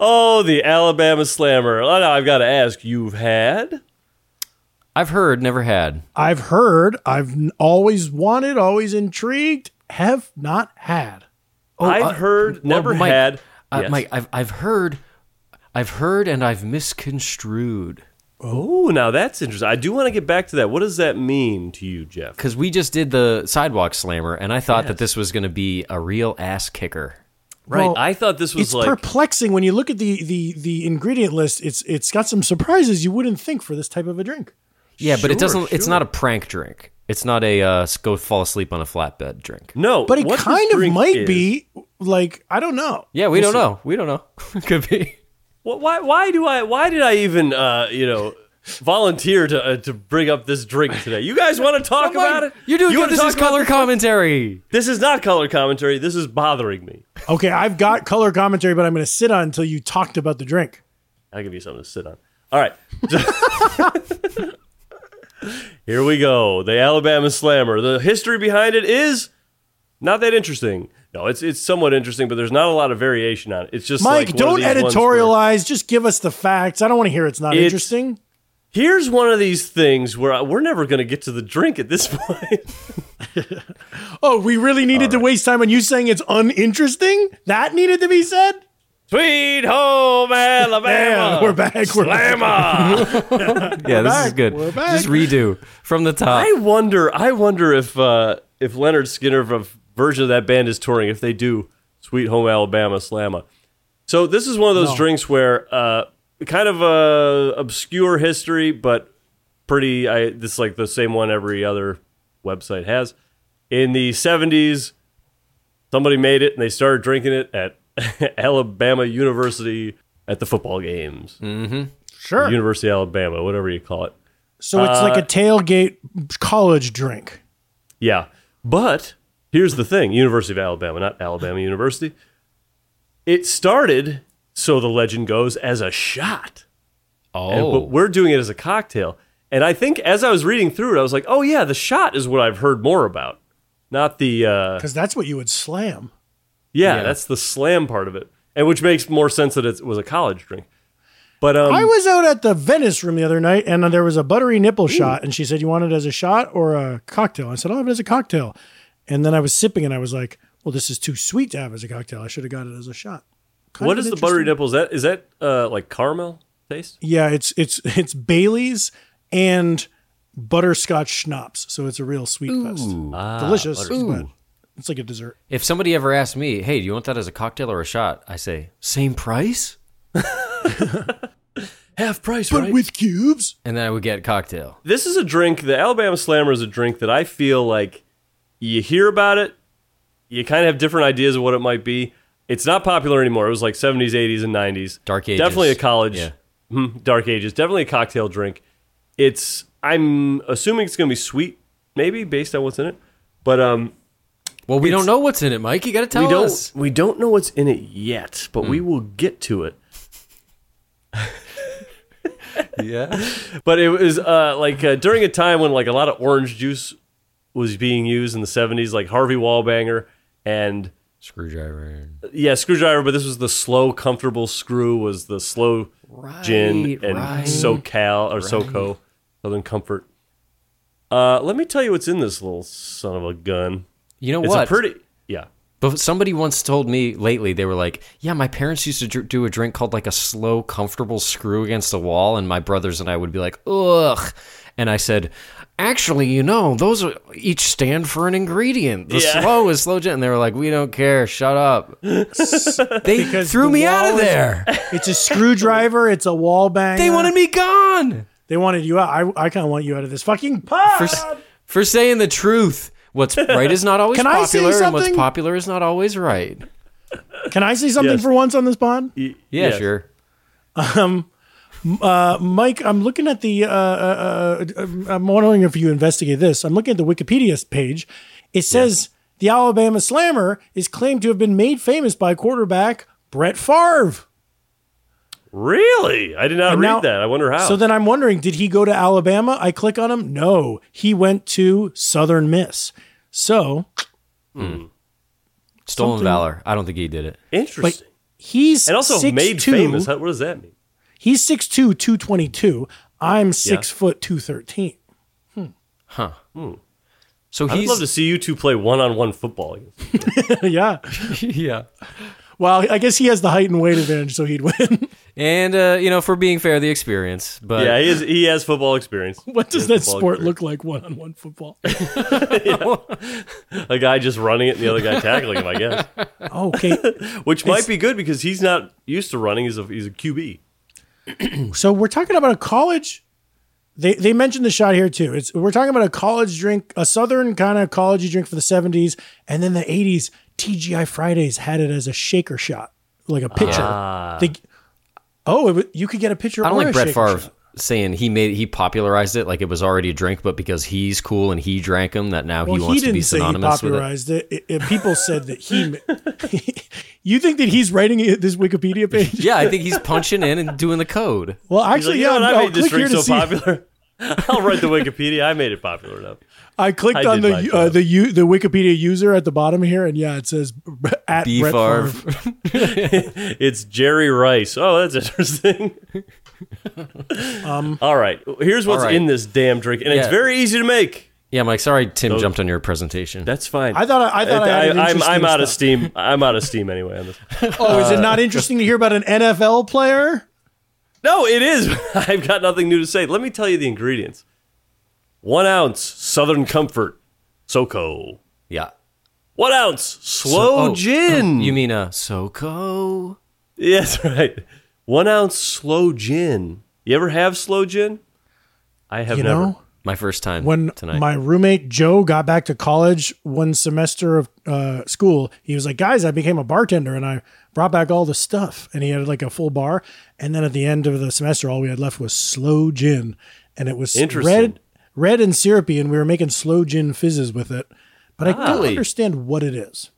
B: Oh, the Alabama slammer. Oh, now I've got to ask. You've had?
A: I've heard, never had.
C: I've heard. I've n- always wanted. Always intrigued. Have not had.
B: I've
A: uh,
B: heard.
A: Well,
B: never
A: Mike,
B: had.
A: Uh,
B: Yes.
A: Mike, I've I've heard, I've heard, and I've misconstrued
B: Oh, now that's interesting. I do want to get back to that. What does that mean to you, Jeff?
A: because we just did the sidewalk slammer, and I thought that this was going to be a real ass kicker.
B: Right.
C: Well,
B: I thought this was
C: It's
B: like
C: perplexing when you look at the the the ingredient list. It's it's got some surprises you wouldn't think for this type of a drink.
A: Yeah, but it
B: Sure,
A: doesn't. It's not a prank drink. It's not a uh, s- go fall asleep on a flatbed drink.
B: No,
C: But it
B: what this
C: kind of
B: drink
C: might
B: is-
C: be like I don't know.
A: Yeah, we don't know. We don't know. Could be.
B: Wh- Why? Why do I? Why did I even? Uh, you know. Volunteer to uh, to bring up this drink today. You guys want to talk about it?
A: You're doing
B: You
A: good.
B: wanna
A: This
B: talk
A: is
B: about-
A: color commentary.
B: This is not color commentary. This is bothering me.
C: Okay, I've got color commentary, but I'm going to sit on until you talked about the drink.
B: I'll give you something to sit on. All right. Here we go. The Alabama Slammer. The history behind it is not that interesting. No, it's it's somewhat interesting, but there's not a lot of variation on it. It's just like
C: Mike,
B: one of
C: don't
B: these ones where-
C: editorialize. Just give us the facts. I don't want to hear it's not
B: It's-
C: interesting.
B: Here's one of these things where I, we're never going to get to the drink at this point.
C: Oh, we really needed to waste time on you saying it's uninteresting? That needed to be said?
B: Sweet home Alabama.
C: Yeah, we're back. We're back.
B: Alabama.
A: Yeah, this is
C: back.
A: good.
C: We're back.
A: Just redo from the top.
B: I wonder. I wonder if uh, if Leonard Skinner from version of that band is touring. If they do "Sweet Home Alabama Slamma," so this is one of those drinks where uh, kind of uh, obscure history, but pretty. I this is like the same one every other website has. In the seventies, somebody made it and they started drinking it at Alabama University at the football games,
C: Sure.
B: University of Alabama, whatever you call it.
C: so it's
B: uh,
C: like a tailgate college drink.
B: Yeah. But here's the thing University of Alabama, not Alabama University. It started, so the legend goes, as a shot. And, but
A: oh,
B: we're doing it as a cocktail. And I think as I was reading through it, I was like, oh, yeah, the shot is what I've heard more about. Not the, uh,
C: Because that's what you would slam.
B: yeah,
A: Yeah.
B: that's the slam part of it. And which makes more sense that it was a college drink. But, um,
C: I was out at the Venice room the other night and there was a buttery nipple shot. And she said, You want it as a shot or a cocktail? I said, I'll have it as a cocktail. And then I was sipping and I was like, Well, this is too sweet to have as a cocktail. I should have got it as a shot. Kind
B: what
C: of
B: is the buttery
C: interesting.
B: nipple? Is that, is that uh, like caramel taste?
C: Yeah, it's it's it's Bailey's and butterscotch schnapps. So it's a real sweet fest. Delicious. but It's like a dessert.
A: if somebody ever asked me, "Hey, do you want that as a cocktail or a shot?" I say, "Same price,"
B: Half price,
C: But with cubes?
A: and then I would get cocktail.
B: this is a drink. The Alabama Slammer is a drink that I feel like you hear about it, you kind of have different ideas of what it might be. It's not popular anymore. It was like 70s, 80s, and 90s.
A: Dark Ages.
B: Definitely a college.
A: Yeah.
B: Hmm, dark ages. Definitely a cocktail drink. It's. I'm assuming it's going to be sweet, maybe based on what's in it. But um,
A: Well, we don't know what's in it, Mike. You got to tell
B: we don't.
A: us. Hmm.
B: We don't know what's in it yet, but we will get to it.
A: Yeah.
B: But it was uh, like uh, during a time when like a lot of orange juice was being used in the 70s, like Harvey Wallbanger and
A: Screwdriver.
B: yeah, screwdriver. But this was the slow, comfortable screw was the slow gin and
A: right.
B: SoCal or SoCo Southern Comfort. Uh, let me tell you what's in this little son of a gun.
A: You know
B: It's
A: what?
B: a pretty yeah.
A: But somebody once told me lately, they were like, "Yeah, my parents used to dr- do a drink called like a slow, comfortable screw against the wall," and my brothers and I would be like, "Ugh," and I said, "Actually, you know, those are, each stand for an ingredient. The
B: Yeah.
A: slow is slow gin." And they were like, "We don't care. Shut up." they threw
C: the
A: me out of
C: wall is-
A: there.
C: It's a screwdriver. It's a wall bang.
A: they wanted me gone
C: They wanted you out. I, I kind of want you out of this fucking pod.
A: for s- for saying the truth. What's right is not always
C: Can I say
A: popular, and what's
C: something?
A: popular is not always right.
C: Can I say something
B: Yes.
C: for once on this pod?
B: Y-
A: Yeah,
B: yes.
A: sure.
C: Mike, I'm looking at the. Uh, uh, uh, I'm wondering if you investigate this. I'm looking at the Wikipedia page. It says the Alabama Slammer is claimed to have been made famous by quarterback Brett Favre.
B: Really, I did not
C: And
B: read
C: now-
B: that. I wonder how.
C: So then I'm wondering, did he go to Alabama? I click on him. No, he went to Southern Miss. So,
A: Stolen valor. I don't think he did it.
C: but
B: interesting.
C: he's
B: and also
C: 6'2".
B: made famous. How, what does that mean?
C: He's 6'2", 222. I'm six foot two thirteen.
A: So
B: I'd
A: he's
B: love to see you two play one-on-one football.
C: yeah.
A: yeah.
C: Well, I guess he has the height and weight advantage, so he'd win.
A: And uh, you know, for being fair, the experience. But
B: yeah, he, is, he has football experience.
C: what does
B: He
C: that
B: has football
C: sport
B: experience.
C: look like one on one football?
B: a guy just running it and the other guy tackling him, I guess.
C: okay.
B: Which might be good because he's not used to running. He's a he's a QB.
C: So we're talking about a college they they mentioned the shot here too. It's we're talking about a college drink, a southern kind of college drink for the 70s and then the 80s. TGI Fridays had it as a shaker shot, like a pitcher. They, oh, it, wa- you could get a pitcher.
A: Ah. I don't
C: or
A: like
C: a
A: Brett
C: shaker
A: Favre
C: shot.
A: saying he made he popularized it like it was already a drink, but because he's cool and he drank them, that now
C: Well,
A: he
C: he,
A: wants to
C: didn't
A: be
C: say he
A: synonymous with it.
C: popularized it. It- it- People said that he. ma- you think that he's writing it- this Wikipedia page?
A: Yeah, I think he's punching in and doing the code.
C: Well,
B: He's like,
C: actually,
B: you know
C: yeah.
B: what?
C: no,
B: I made this
C: click here
B: drink
C: to
B: so
C: see.
B: popular. I'll write the Wikipedia. I made it popular enough.
C: I clicked
B: I
C: on
B: did
C: the
B: like
C: uh,
B: that.
C: the u- the Wikipedia user at the bottom here, and yeah, it says at
A: B
C: Brett
A: Favre.
C: Favre.
B: It's Jerry Rice. Oh, that's interesting.
C: Um,
B: All right. Here's what's
A: all right.
B: in this damn drink, and it's
A: Yeah.
B: very easy to make.
A: Yeah, Mike. Sorry, Tim jumped on your presentation.
B: That's fine.
C: I thought I, I thought I, had an
B: am
C: interesting
B: I'm out of
C: stuff.
B: steam. I'm out of steam anyway on this.
C: Oh, is it not interesting to hear about an NFL player?
B: No, it is. I've got nothing new to say. Let me tell you the ingredients. One ounce Southern Comfort, SoCo.
A: yeah.
B: One ounce Slow
A: So- oh,
B: Gin.
A: You mean a SoCo?
B: Yes, right. One ounce Slow Gin. You ever have Slow Gin? I have
C: You
B: never.
C: know,
A: My first time
C: when
A: tonight.
C: my roommate Joe got back to college one semester of uh, school, he was like, "Guys, I became a bartender and I brought back all the stuff." And he had like a full bar. And then at the end of the semester, all we had left was slow gin, and it was
B: Interesting.
C: red, red and syrupy, and we were making slow gin fizzes with it. But I don't
A: Really?
C: understand what it is.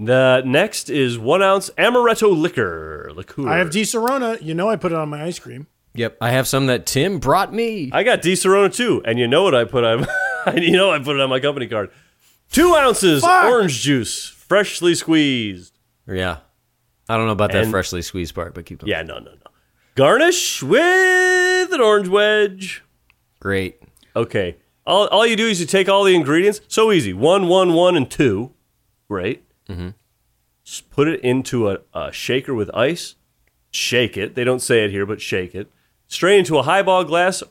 B: The next is one ounce amaretto liquor. Liqueur.
C: I have Di Serrano. You know, I put it on my ice cream.
A: yep, I have some that Tim brought me.
B: I got Di Serrano too, and you know what I put on? you know I put it on my company card. Two ounces orange juice, freshly squeezed.
A: yeah, I don't know about that
B: And-
A: freshly squeezed part, but keep going.
B: Yeah, no, no, no. Garnish with an orange wedge.
A: great.
B: Okay. All, all you do is you take all the ingredients. So easy. One, one, one, and two. Right? Mm-hmm. Just put it into a, a shaker with ice. Shake it. They don't say it here, but shake it. Strain into a highball glass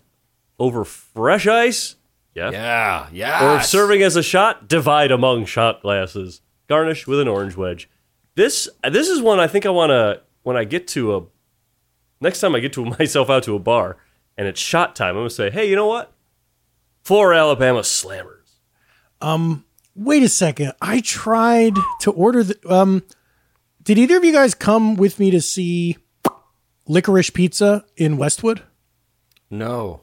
B: over fresh ice. Yeah.
A: Yeah, yeah.
B: Or if serving as a shot, divide among shot glasses. Garnish with an orange wedge. This this is one I think I want to when I get to a next time I get to myself out to a bar and it's shot time. I'm gonna say, hey, you know what? Four Alabama slammers.
C: Wait a second. I tried to order the um did either of you guys come with me to see Licorice Pizza in Westwood?
A: No.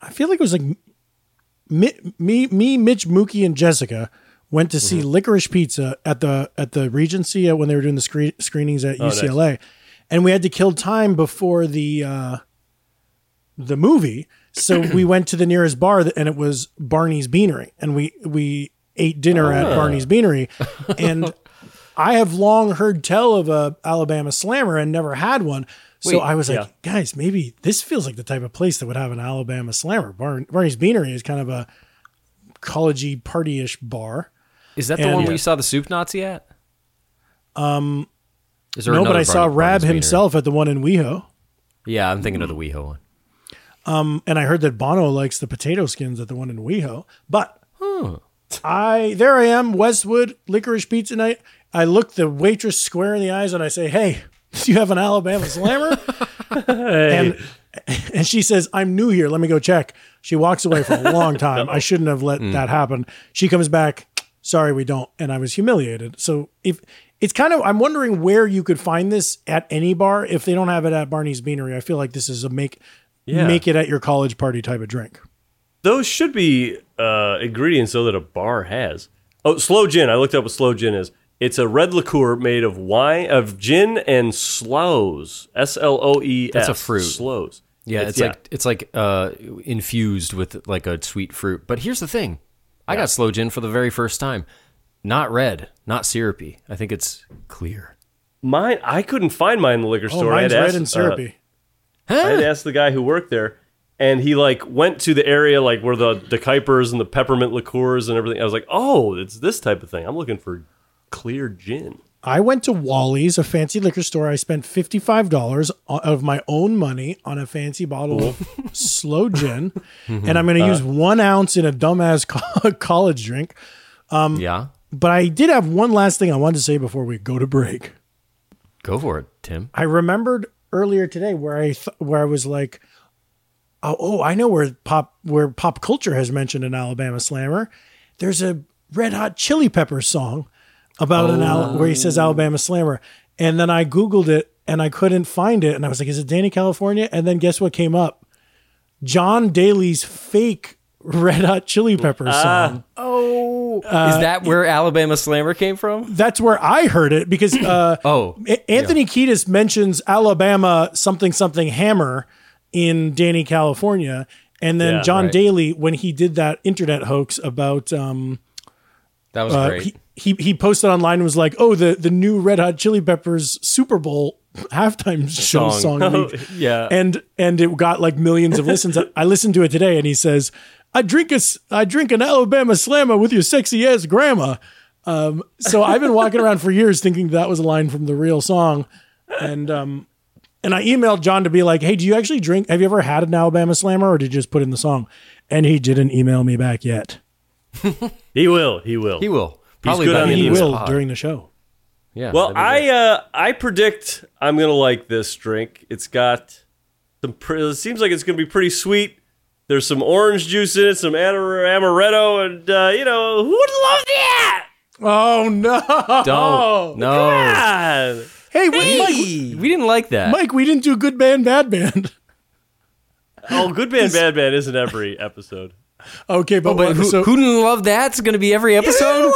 C: I feel like it was like me, me, me Mitch, Mookie, and Jessica went to see Licorice Pizza at the at the Regency uh, when they were doing the screen, screenings at
B: nice.
C: UCLA, and we had to kill time before the uh, the movie. So we went to the nearest bar, that, and it was Barney's Beanery, and we we ate dinner at Barney's Beanery, and I have long heard tell of a Alabama Slammer and never had one. So
A: Wait,
C: I was like, guys, maybe this feels like the type of place that would have an Alabama Slammer. Barn- Barney's Beanery is kind of a collegey partyish bar.
A: Is that the one
C: And- Yeah. Um,
A: where you saw the soup Nazi at? Um, Is there
C: No, but
A: another
C: I saw
A: Barney-
C: Rab
A: Barney's Beanery?
C: himself at the one in WeHo,
A: Yeah, I'm thinking of the WeHo one.
C: and I heard that Bono likes the potato skins at the one in WeHo. But I there I am, Westwood Licorice Pizza night. I look the waitress square in the eyes and I say, "Hey, do you have an Alabama Slammer?" and and she says, "I'm new here. Let me go check." She walks away for a long time. I shouldn't have let
B: Mm.
C: that happen. She comes back, "Sorry, we don't." And I was humiliated. So if it's kind of I'm wondering where you could find this at any bar if they don't have it at Barney's Beanery. I feel like this is a make
B: Yeah.
C: make it at your college party type of drink.
B: Those should be uh, ingredients though that a bar has. Oh, slow gin. I looked up what slow gin is. It's a red liqueur made of wine of gin and sloes. S L O E S.
A: That's a fruit.
B: Sloes.
A: Yeah, it's, like it's like uh, infused with like a sweet fruit. But here's the thing: I got slow gin for the very first time. Not red, not syrupy. I think it's clear.
B: Mine, I couldn't find mine in the liquor
C: Oh,
B: store.
C: mine's
B: I had
C: red
B: asked,
C: and syrupy.
B: uh, I had asked the guy who worked there, and he like went to the area like where the the Kuipers and the peppermint liqueurs and everything. I was like, oh, it's this type of thing. I'm looking for clear gin.
C: I went to Wally's, a fancy liquor store. I spent $55 o- of my own money on a fancy bottle of slow gin. And I'm going to use one ounce in a dumbass co- college drink. Um,
A: yeah,
C: But I did have one last thing I wanted to say before we go to break.
A: go for it, Tim.
C: I remembered earlier today where I th- where I was like, oh, oh, I know where pop where pop culture has mentioned an Alabama slammer. There's a Red Hot Chili Peppers song about an Al- where he says Alabama slammer, and then I googled it and I couldn't find it, and I was like, is it Danny California? And then guess what came up? John Daly's fake Red Hot Chili Peppers song. uh,
A: Is that where Alabama Slammer came from?
C: That's where I heard it because uh,
A: Oh,
C: A- Anthony Kiedis mentions Alabama something something hammer in Danny California, and then
B: Yeah,
C: John
A: right.
C: Daly when he did that internet hoax about um,
A: that was
C: uh,
A: great.
C: he, he he posted online and was like, oh the the new Red Hot Chili Peppers Super Bowl halftime show
A: Song.
C: song, leaked."
B: yeah.
C: and and it got like millions of listens. I- I listened to it today, and he says, "I drink a s- I drink an Alabama Slammer with your sexy ass grandma." Um, so I've been walking around for years thinking that was a line from the real song, and um, and I emailed John to be like, "Hey, do you actually drink? Have you ever had an Alabama Slammer, or did you just put in the song?" And he didn't email me back yet.
B: He will. He will.
A: he will.
B: good
A: by
B: on
A: the
B: the
A: end
C: He
A: of this
C: will
A: pod.
C: during the show.
A: Yeah.
B: Well,
A: that'd be
B: I
A: great.
B: uh, I predict I'm gonna like this drink. It's got some. Pre- it seems like it's gonna be pretty sweet. There's some orange juice in it, some amar- amaretto, and uh, you know who would love that?
C: Oh no!
A: don't. No.
B: God.
C: Hey, we-
A: We didn't like that.
C: Mike, Mike, we didn't do good band, bad band.
B: Oh, good man, bad man isn't every episode.
C: okay, but,
A: Oh, but who,
C: so-
A: who didn't love that's going to be every episode?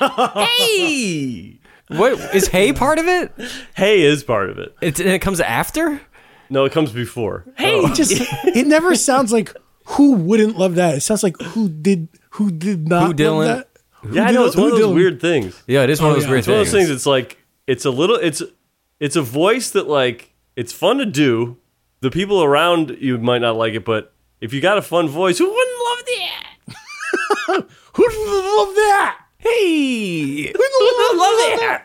B: hey,
A: What is hay part of it?
B: hey is part of it.
A: It, and it comes after.
B: No, it comes before.
A: Oh.
C: it just it never sounds like who wouldn't love that. It sounds like who did who did not
A: Who Dylan?
C: love that.
B: yeah, I know it's one of
C: who
B: those
C: Dylan?
B: weird things.
A: Yeah, it is one of those
C: yeah.
A: weird
C: It's
B: Oh, It's one of
A: things.
B: those things. It's like it's a little. It's it's a voice that like it's fun to do. The people around you might not like it, but if you got a fun voice, who wouldn't love that?
C: Who did love that?
A: Hey,
C: Who did love that?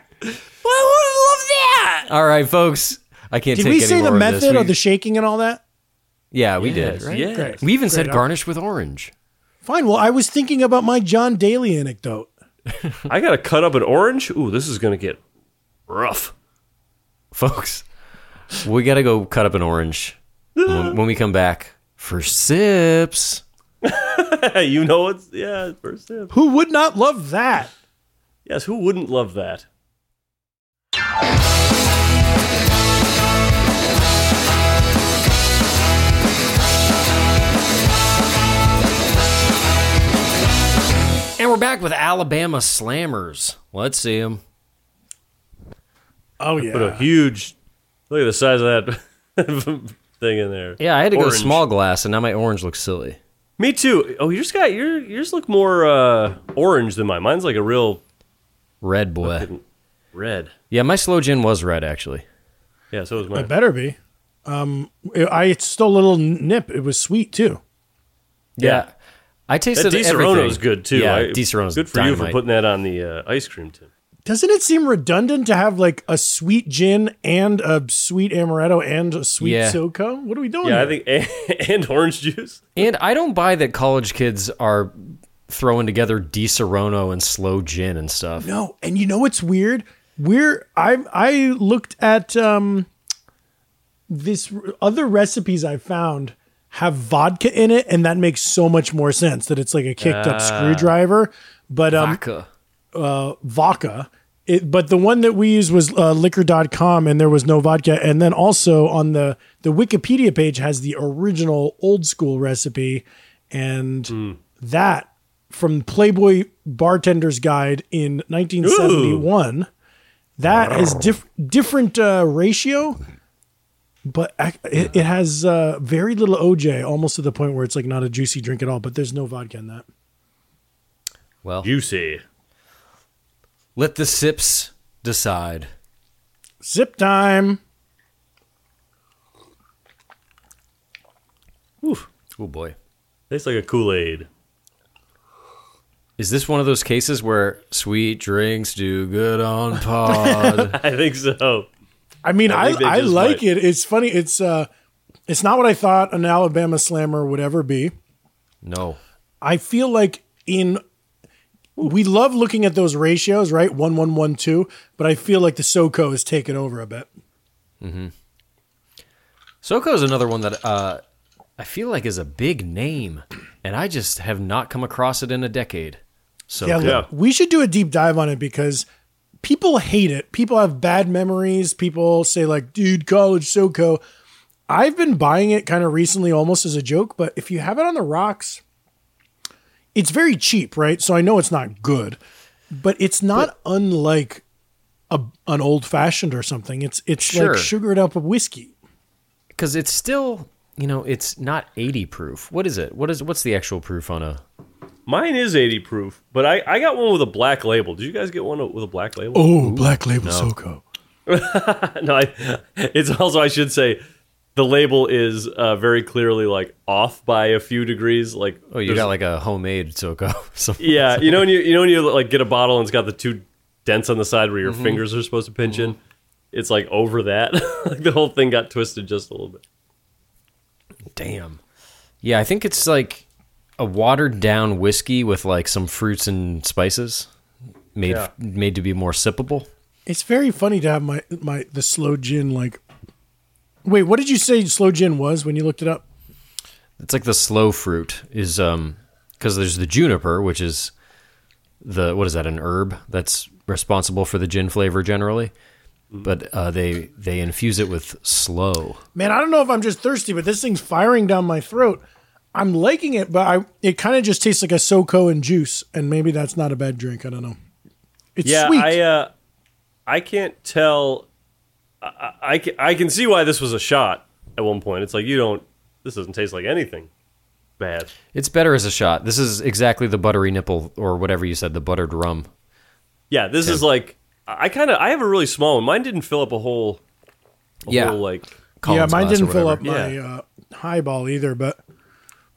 A: all right, folks. I can't
C: Did
A: take
C: we
A: any
C: say the
A: more of this.
C: method
A: We-
C: of the shaking and all that?
A: yeah, we did.
B: Yes,
A: Right?
B: yes.
C: Great.
A: We even said
C: Great.
A: garnish with orange.
C: Fine. Well, I was thinking about my John Daly anecdote.
B: I gotta cut up an orange. Ooh, this is gonna get rough.
A: folks. We gotta go cut up an orange when, when we come back for sips.
B: Hey, you know it's yeah, it's first sip.
C: Who would not love that?
B: Yes, who wouldn't love that?
A: And we're back with Alabama Slammers. Let's see them.
C: Oh
B: Put a
C: yeah.
B: huge look at the size of that thing in there.
A: Yeah, I had to
B: Orange.
A: go small glass, and now my orange looks silly.
B: Me too. Oh, yours got your yours look more uh, orange than mine. Mine's like a real
A: Red boy.
B: red.
A: Yeah, my slow gin was red actually.
B: Yeah, so is
C: It
B: mine.
C: better be. Um, I stole a little nip. It was sweet too.
A: Yeah, I tasted
B: That Di Serrano's
A: everything.
B: good too.
A: Yeah,
B: I-
A: Di Serrano's
B: good for you for
A: dynamite.
B: putting that on the uh, ice cream tin.
C: Doesn't it seem redundant to have like a sweet gin and a sweet amaretto and a sweet
A: Yeah.
C: SoCo? What are we
A: Oh,
C: doing?
B: Yeah, I
C: here?
B: think and, and orange juice.
A: And I don't buy that college kids are throwing together Di Serrano and slow gin and stuff.
C: No, and you know what's weird? We're I I looked at um this other recipes I found have vodka in it, and that makes so much more sense that it's like a kicked up screwdriver. But um
A: Vodka.
C: vodka. It, but the one that we used was uh, liquor.com and there was no vodka. And then also on the, the Wikipedia page has the original old school recipe and that from Playboy Bartender's Guide in 1971. That has diff- different uh, ratio, but ac- it, it has uh, very little OJ, almost to the point where it's like not a juicy drink at all. But there's no vodka in that.
A: Well,
B: Juicy.
A: let the sips decide.
C: Zip time.
B: Oof.
A: Oh boy.
B: Tastes like a Kool Aid.
A: Is this one of those cases where sweet drinks do good on pod?
B: I think so.
C: I mean,
B: I
C: I,
B: think they
C: I,
B: just might.
C: like it. It's funny. It's uh, it's not what I thought an Alabama slammer would ever be.
A: no.
C: I feel like in we love looking at those ratios, right? One, one, one, two. But I feel like the SoCo has taken over a bit.
A: Soco's another one that uh, I feel like is a big name, and I just have not come across it in a decade. So
C: Yeah, look, we should do a deep dive on it because people hate it. People have bad memories. People say like, "Dude, college SoCo." I've been buying it kind of recently, almost as a joke. But if you have it on the rocks, it's very cheap, right? So I know it's not good, but it's not unlike a, an old fashioned or something. It's it's
A: Sure.
C: like sugared up with whiskey.
A: because it's still you know it's not 80 proof what is it what is what's the actual proof on a
B: Mine is 80 proof, but I, I got one with a black label. Did you guys get one with a black label?
C: Oh, Black Label SoCo.
B: No, I, it's also I should say the label is uh, very clearly like off by a few degrees. Like
A: oh you
B: there's-
A: got like a homemade soco so
B: yeah, you know when you you know when you like get a bottle and it's got the two dents on the side where your fingers are supposed to pinch in. It's like over that. like the whole thing got twisted just a little bit.
A: damn yeah i think it's like a watered down whiskey with like some fruits and spices made
B: Yeah.
A: made to be more sippable
C: It's very funny to have my my the slow gin like. Wait, what did you say slow gin was when you looked it up?
A: it's like the slow fruit is um because there's the juniper which is the what is that an herb that's responsible for the gin flavor generally
B: Mm-hmm.
A: but uh, they they infuse it with slow
C: man, I don't know if I'm just thirsty, but this thing's firing down my throat. I'm liking it, but I it kind of just tastes like a SoCo and juice, and maybe that's not a bad drink. I don't know. It's
B: Yeah,
C: sweet.
B: I uh, I can't tell. I, I, I can, I can see why this was a shot at one point. It's like you don't. This doesn't taste like anything bad.
A: It's better as a shot. This is exactly the buttery nipple or whatever you said, the buttered rum.
B: Yeah, this is like I kind of I have a really small one. Mine didn't fill up a whole. A
A: Yeah.
B: whole, like
A: Collins
C: yeah, mine
A: glass or
C: didn't fill up
A: whatever.
C: my
B: Yeah.
C: uh, highball either, but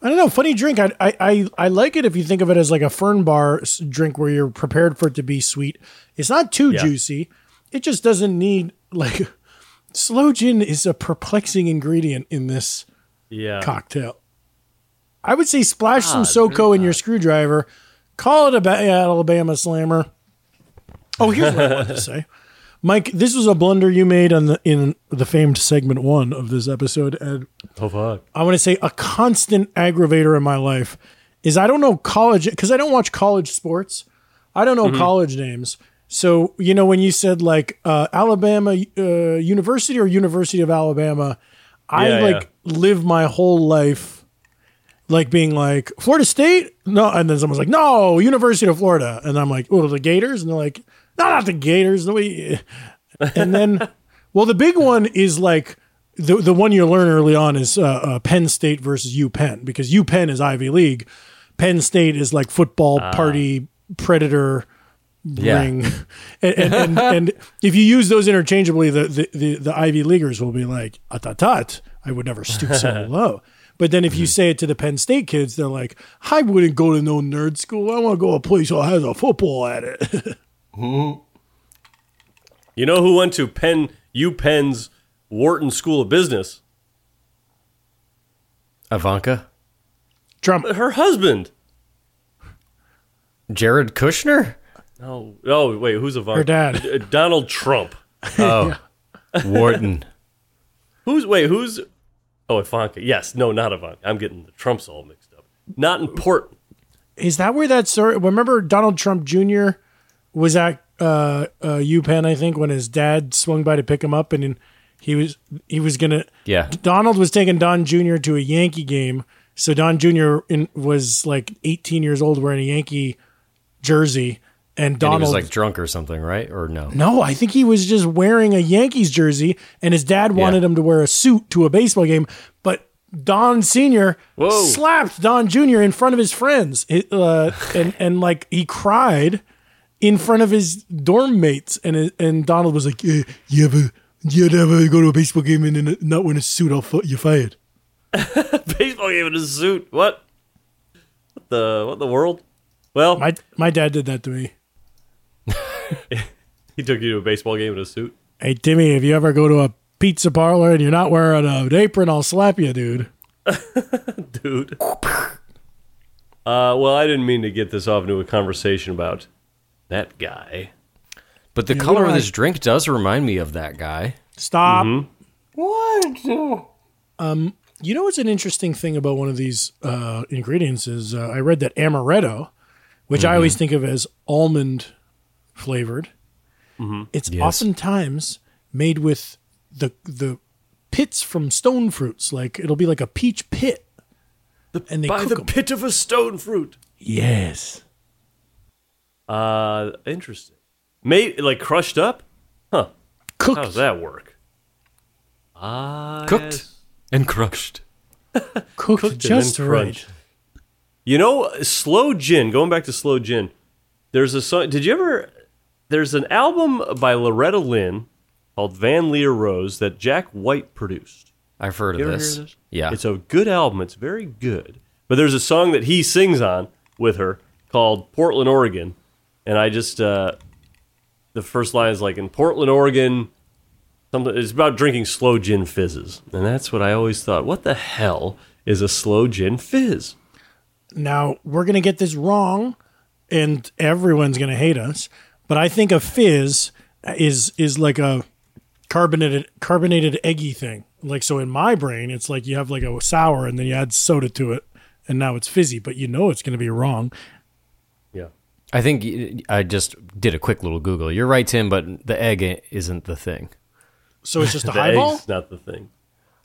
C: I don't know. Funny drink. I, I I I like it if you think of it as like a fern bar s- drink where you're prepared for it to be sweet. It's not too
B: Yeah.
C: juicy. It just doesn't need like slow gin is a perplexing ingredient in this
B: yeah.
C: cocktail. I would say splash some SoCo in your screwdriver. Call it a ba- Alabama Slammer. Oh, here's what I wanted to say, Mike. This was a blunder you made on the in the famed segment one of this episode, and
B: Oh fuck.
C: I want to say a constant aggravator in my life is I don't know college because I don't watch college sports. I don't know
B: Mm-hmm.
C: college names. So you know when you said like uh, Alabama uh, University or University of Alabama, I
B: Yeah,
C: like live my whole life like being like Florida State. No, and then someone's like, no, University of Florida, and I'm like, oh, the Gators, and they're like, no, not the Gators. The way, and then. Well, the big one is like the the one you learn early on is uh, uh, Penn State versus UPenn because UPenn is Ivy League, Penn State is like football party predator
A: Yeah.
C: ring, and, and, and, and if you use those interchangeably, the the, the, the Ivy Leaguers will be like atatat. I would never stoop so low. But then if you say it to the Penn State kids, they're like, I wouldn't go to no nerd school. I want to go to a place that has a football at it.
B: You know who went to Penn U Penn's Wharton School of Business?
A: Ivanka?
C: Trump.
B: Her husband.
A: Jared Kushner?
B: No. Oh wait, who's Ivanka?
C: Her dad.
B: D- uh, Donald Trump.
A: Wharton.
B: Who's wait? Who's? Oh, Ivanka. Yes. No, not Ivanka. I'm getting the Trumps all mixed up. Not important.
C: Is that where that sort? Remember Donald Trump Jr. was at uh, uh, UPenn, I think, when his dad swung by to pick him up, and then he was he was gonna.
A: Yeah.
C: Donald was taking Don Jr. to a Yankee game, so Don Jr. In, was like 18 years old, wearing a Yankee jersey, and
A: And he
C: Donald
A: was like drunk or something, right? Or no?
C: no, I think he was just wearing a Yankees jersey, and his dad wanted him to wear a suit to a baseball game. But Don Senior slapped Don Junior in front of his friends, It, uh, and and like he cried in front of his dorm mates, and and Donald was like, "Eh, "You ever, you ever go to a baseball game and then not wear a suit? I'll fu- you're fired."
B: Baseball game in a suit. What? What the? What the world? Well,
C: My my dad did that to me.
B: he took you to a baseball game in a suit.
C: Hey Timmy, if you ever go to a pizza parlor and you're not wearing an apron, I'll slap you, dude.
B: dude. Uh, well, I didn't mean to get this off into a conversation about that guy.
A: But the
C: we
A: color
C: don't
A: of this
C: like-
A: drink
B: Mm-hmm.
A: does remind me of that guy.
C: Stop. What? Um, You know what's an interesting thing about one of these uh, ingredients is uh, I read that amaretto, which
B: Mm-hmm.
C: I always think of as almond flavored,
B: Mm-hmm.
C: it's oftentimes made with the the pits from stone fruits. Like it'll be like a peach pit, and they
B: By
C: cook
B: the
C: 'em.
B: pit of a stone fruit.
C: Yes,
B: Uh, interesting. Made like crushed up. Huh?
C: cooked.
B: How does that work? Ah,
A: Cooked
B: yes.
A: and crushed.
C: cooked,
B: cooked and
C: just
B: then
C: right.
B: crunched. You know, slow gin. Going back to slow gin, there's a song. Did you ever? There's an album by Loretta Lynn called Van Leer Rose that Jack White produced.
A: I've heard of
B: You ever hear
A: this.
B: of this?
A: Yeah.
B: It's a good album. It's very good. But there's a song that he sings on with her called Portland, Oregon. And I just, uh, the first line is like, in Portland, Oregon, something, it's about drinking slow gin fizzes. And that's what I always thought. What the hell is a slow gin fizz?
C: Now we're gonna get this wrong, and everyone's gonna hate us. But I think a fizz is is like a carbonated carbonated eggy thing. Like so, in my brain, it's like you have like a sour, and then you add soda to it, and now it's fizzy. But you know it's gonna be wrong.
B: Yeah.
A: I think y- I just did a quick little Google. You're right, Tim, but the egg i- isn't the thing.
C: So it's just a
B: The
C: highball.
B: egg's not the thing.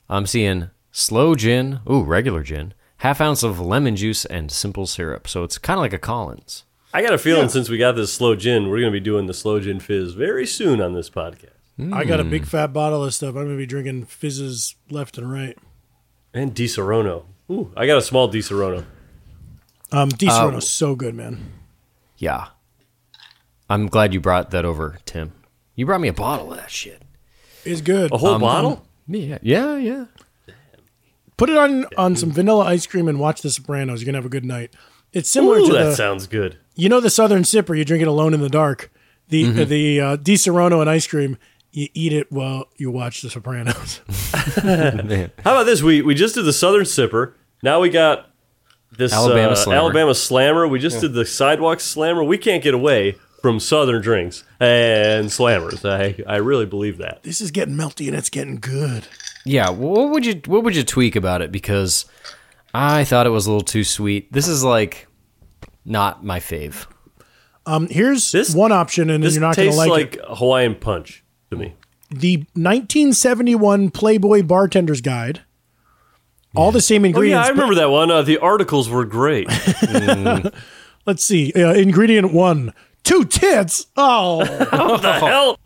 A: I'm seeing slow gin, ooh, regular gin, half ounce of lemon juice, and simple syrup. So it's kind of like a Collins.
B: I got a feeling since we got this slow gin, we're going to be doing the slow gin fizz very soon on this podcast.
C: I got a
B: Mm.
C: big fat bottle of stuff. I'm gonna be drinking fizzes left and right.
B: And Di Serono. Ooh, I got a small Di Serono.
C: Um, Di
B: Uh,
C: Serrano's so good, man.
A: Yeah. I'm glad you brought that over, Tim. You brought me a bottle of that shit.
C: It's good.
B: A
A: Um,
B: whole bottle?
A: Yeah, yeah, yeah.
C: Put it on on some vanilla ice cream and watch The Sopranos. You're gonna have a good night. It's similar
B: Ooh,
C: to
B: that
C: the,
B: sounds good.
C: you know the Southern Sipper. You drink it alone in the dark. The
B: Mm-hmm.
C: uh, the uh, Di Serrano and ice cream. You eat it while you watch The Sopranos.
B: How about this? We we just did the Southern Sipper. Now we got this
A: Alabama
B: uh,
A: Slammer.
B: Alabama Slammer. We just did the Sidewalk Slammer. We can't get away from Southern drinks and slammers. I I really believe that.
C: this is getting melty and it's getting good.
A: Yeah, what would you what would you tweak about it? Because I thought it was a little too sweet. This is like not my fave.
C: Um, here's
B: This-
C: one option, and
B: This
C: you're not gonna
B: tastes
C: like,
B: like,
C: it.
B: Hawaiian punch to me.
C: The 1971 Playboy Bartender's Guide. All the same
B: Oh yeah,
C: ingredients.
B: I remember that one. Uh, the articles were great.
C: but- Let's see. Uh, ingredient one: two tits. Oh.
B: the hell.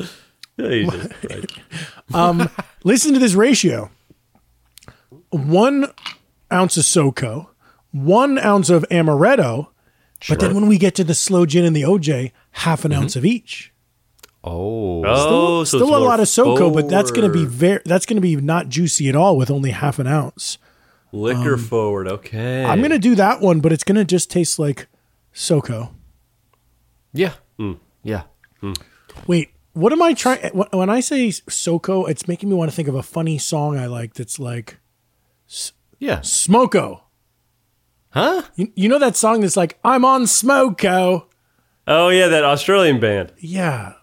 B: Yeah, you just- right.
C: Listen to this ratio one ounce of SoCo, one ounce of amaretto, but then when we get to the slow gin and the OJ, half an ounce of each.
A: Oh,
B: Oh, Mm-hmm. so
C: Still
B: it's
C: a lot
B: more
C: of SoCo, but that's going to be
B: forward.
C: very that's going to be not juicy at all with only half an ounce.
B: liquor forward. Okay,
C: Um, I'm going to do that one, but it's going to just taste like SoCo.
A: yeah,
B: Hmm.
A: yeah.
C: Wait, what am I trying? When I say SoCo, it's making me want to think of a funny song I like that's like
A: Yeah.
C: Smoko.
A: Huh?
C: You, you know that song that's like I'm on Smoko.
B: Oh yeah, that Australian band.
C: Yeah.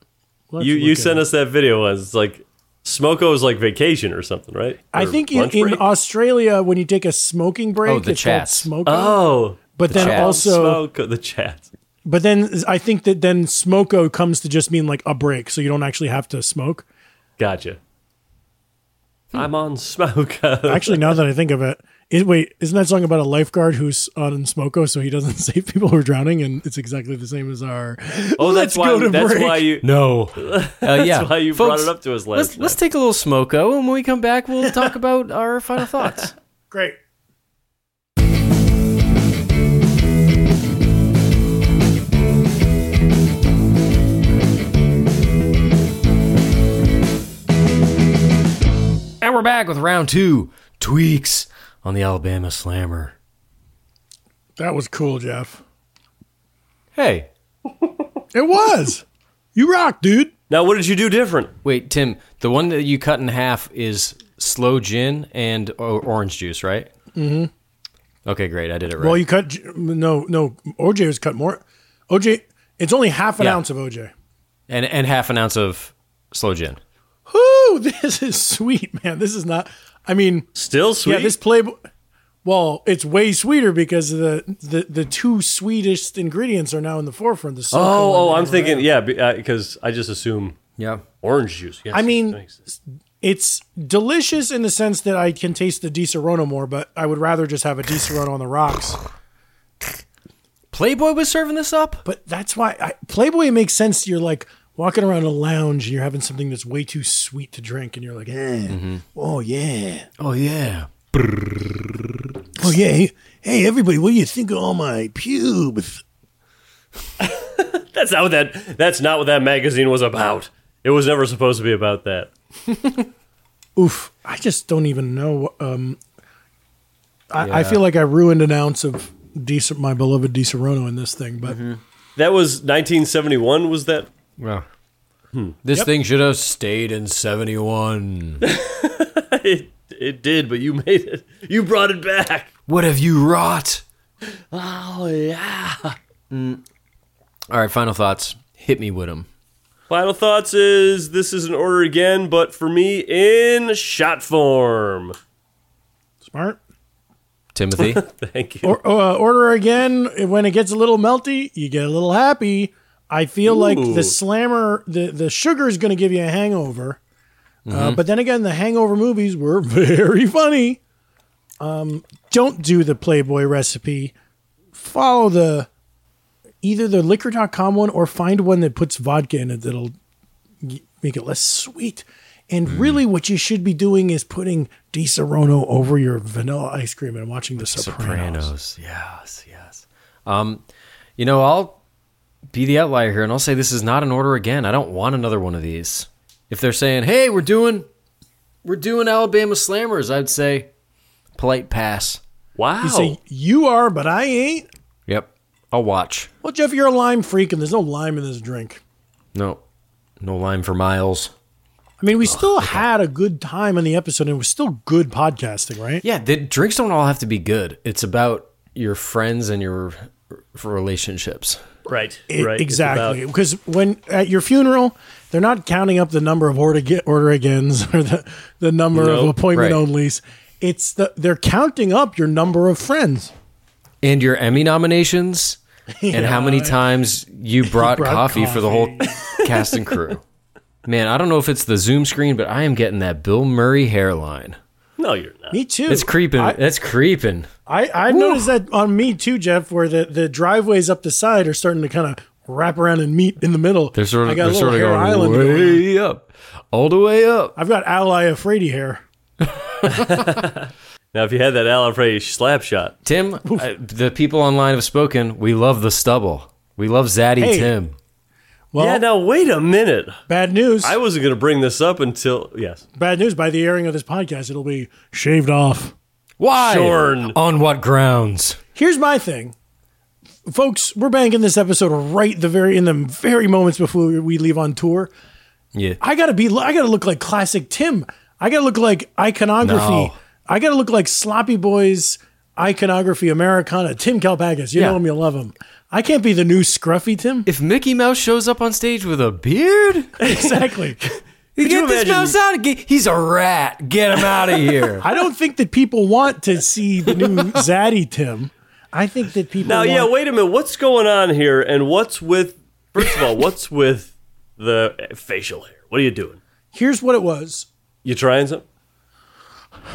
C: Let's
B: you
C: look
B: you
C: at
B: sent
C: it.
B: us that video once. It's like Smoko's like vacation or something, right?
C: I
B: Or
C: think in,
B: lunch
C: in
B: break?
C: Australia when you take a smoking break,
A: Oh, the
C: it's called
A: chats.
C: smoke.
B: oh,
C: but then
A: chats.
C: also,
B: Smoko, the chat.
C: but then I think that then smoko comes to just mean like a break, so you don't actually have to smoke.
B: Gotcha. I'm on Smoko.
C: Actually, now that Hmm. I think of it, is, wait, isn't that song about a lifeguard who's on smoko so he doesn't save people who are drowning, and it's exactly the same as our.
B: Oh, that's
C: let's go
B: why.
C: to
B: That's
C: break.
B: why you.
A: No. Uh, yeah.
B: That's why you brought it up to us last
A: Let's, let's take a little smoko, and when we come back, we'll talk about our final thoughts.
C: Great.
A: and we're back with round two tweaks on the Alabama Slammer.
C: That was cool, Jeff.
A: Hey,
C: It was. you rock, dude.
B: Now, what did you do different?
A: wait, Tim. The one that you cut in half is slow gin and o- orange juice, right? Mm-hmm. Okay, great. I did it right.
C: Well, you cut J- no, no. OJ was cut more. OJ, it's only half an
A: Yeah.
C: ounce of OJ.
A: and and half an ounce of slow gin.
C: Woo! oh, this is sweet, man. This is not. I mean,
B: Still sweet.
C: yeah, this Playboy. Well, it's way sweeter because the, the the two sweetest ingredients are now in the forefront. The
B: oh,
C: silicone
B: oh,
C: and
B: I'm
C: the-
B: thinking, yeah, because I just assume
A: Yeah.
B: orange juice. Yes,
C: I mean,
B: thanks.
C: it's delicious in the sense that I can taste the Di Serono more, but I would rather just have a Di Serono on the rocks.
A: Playboy was serving this up?
C: But that's why I, Playboy it makes sense. You're like walking around a lounge and you're having something that's way too sweet to drink, and you're like, eh, oh yeah,
A: Oh, yeah.
C: oh yeah. Hey, hey, everybody, what do you think of all my pubes?
B: that's not what that. That's not what that magazine was about. It was never supposed to be about that.
C: Oof, I just don't even know. Um, I, I feel like I ruined an ounce of Di, Ser- my beloved Di Serono in this thing, but
B: That was 1971. Was that?
A: Yeah. This thing should have stayed in 71.
B: It, it did, but you made it. You brought it back.
A: what have you wrought? Mm.
B: Oh yeah.
A: All right, final thoughts. Hit me with them.
B: Final thoughts is this is an order again, but for me in shot form.
C: smart.
A: Timothy?
B: Thank you.
C: Or, uh, order again when it gets a little melty. You get a little happy. I feel like
B: Ooh.
C: the slammer, the the sugar is going to give you a hangover. Uh, but then again, the hangover movies were very funny. Um, don't do the Playboy recipe. Follow the either the liquor.com one or find one that puts vodka in it that'll y- make it less sweet. And really, what you should be doing is putting Di Serono over your vanilla ice cream and watching The Sopranos.
A: Sopranos. Yes, yes. Um, you know, I'll be the outlier here, and I'll say this is not an order again. I don't want another one of these. If they're saying, "Hey, we're doing, we're doing Alabama Slammers," I'd say, polite pass.
B: Wow.
C: You say you are, but I ain't.
A: Yep, I'll watch.
C: Well, Jeff, you're a lime freak, and there's no lime in this drink.
A: No, no lime for miles.
C: I mean, we still had a good time on the episode, and it was still good podcasting, right?
A: Yeah, the drinks don't all have to be good. It's about your friends and your r- relationships.
B: right.
C: It- e-
B: right. It's
C: exactly.
B: about-
C: Because when at your funeral, they're not counting up the number of order get, order agains or the the number of
B: Nope.
C: appointment
A: Right.
C: onlys. It's the they're counting up your number of friends.
A: and your Emmy nominations and how many times you brought,
C: brought
A: coffee, for the whole cast and crew. Man, I don't know if it's the Zoom screen, but I am getting that Bill Murray hairline.
B: no, you're not.
C: Me too.
A: It's creeping.
C: I-
A: That's creeping.
C: I, I noticed that on me too, Jeff, where the, the driveways up the side are starting to kind of wrap around and meet in the middle.
A: They're sort
C: I
A: of, they're
C: got a little
A: sort of
C: hair
A: going
C: island. going.
A: way up, all the way up.
C: I've got ally Afraidy hair.
B: Now, if you had that Alfred slap shot,
A: Tim, I, the people online have spoken. We love the stubble. We love Zaddy
C: Hey.
A: Tim.
C: Well,
B: yeah. Now, wait a minute.
C: bad news.
B: I wasn't going to bring this up until yes.
C: bad news. By the airing of this podcast, it'll be shaved off.
A: Why?
B: Shorn.
A: On what grounds?
C: Here's my thing, folks. We're banking this episode right the very in the very moments before we leave on tour.
A: Yeah.
C: I gotta be. I gotta look like classic Tim. I gotta look like iconography.
A: No.
C: I gotta look like Sloppy Boys iconography Americana. Tim Kalpakis. You
A: Yeah.
C: know him. You love him. I can't be the new scruffy Tim.
A: If Mickey Mouse shows up on stage with a beard,
C: exactly.
A: You
B: you
A: get this
B: imagine-
A: mouse out of here. He's a rat. Get him out of here.
C: I don't think that people want to see the new Zaddy Tim. I think that people.
B: Now, yeah.
C: want-
B: Wait a minute. What's going on here? And what's with? First of all, what's with the facial hair? What are you doing?
C: Here's what it was.
B: You trying something?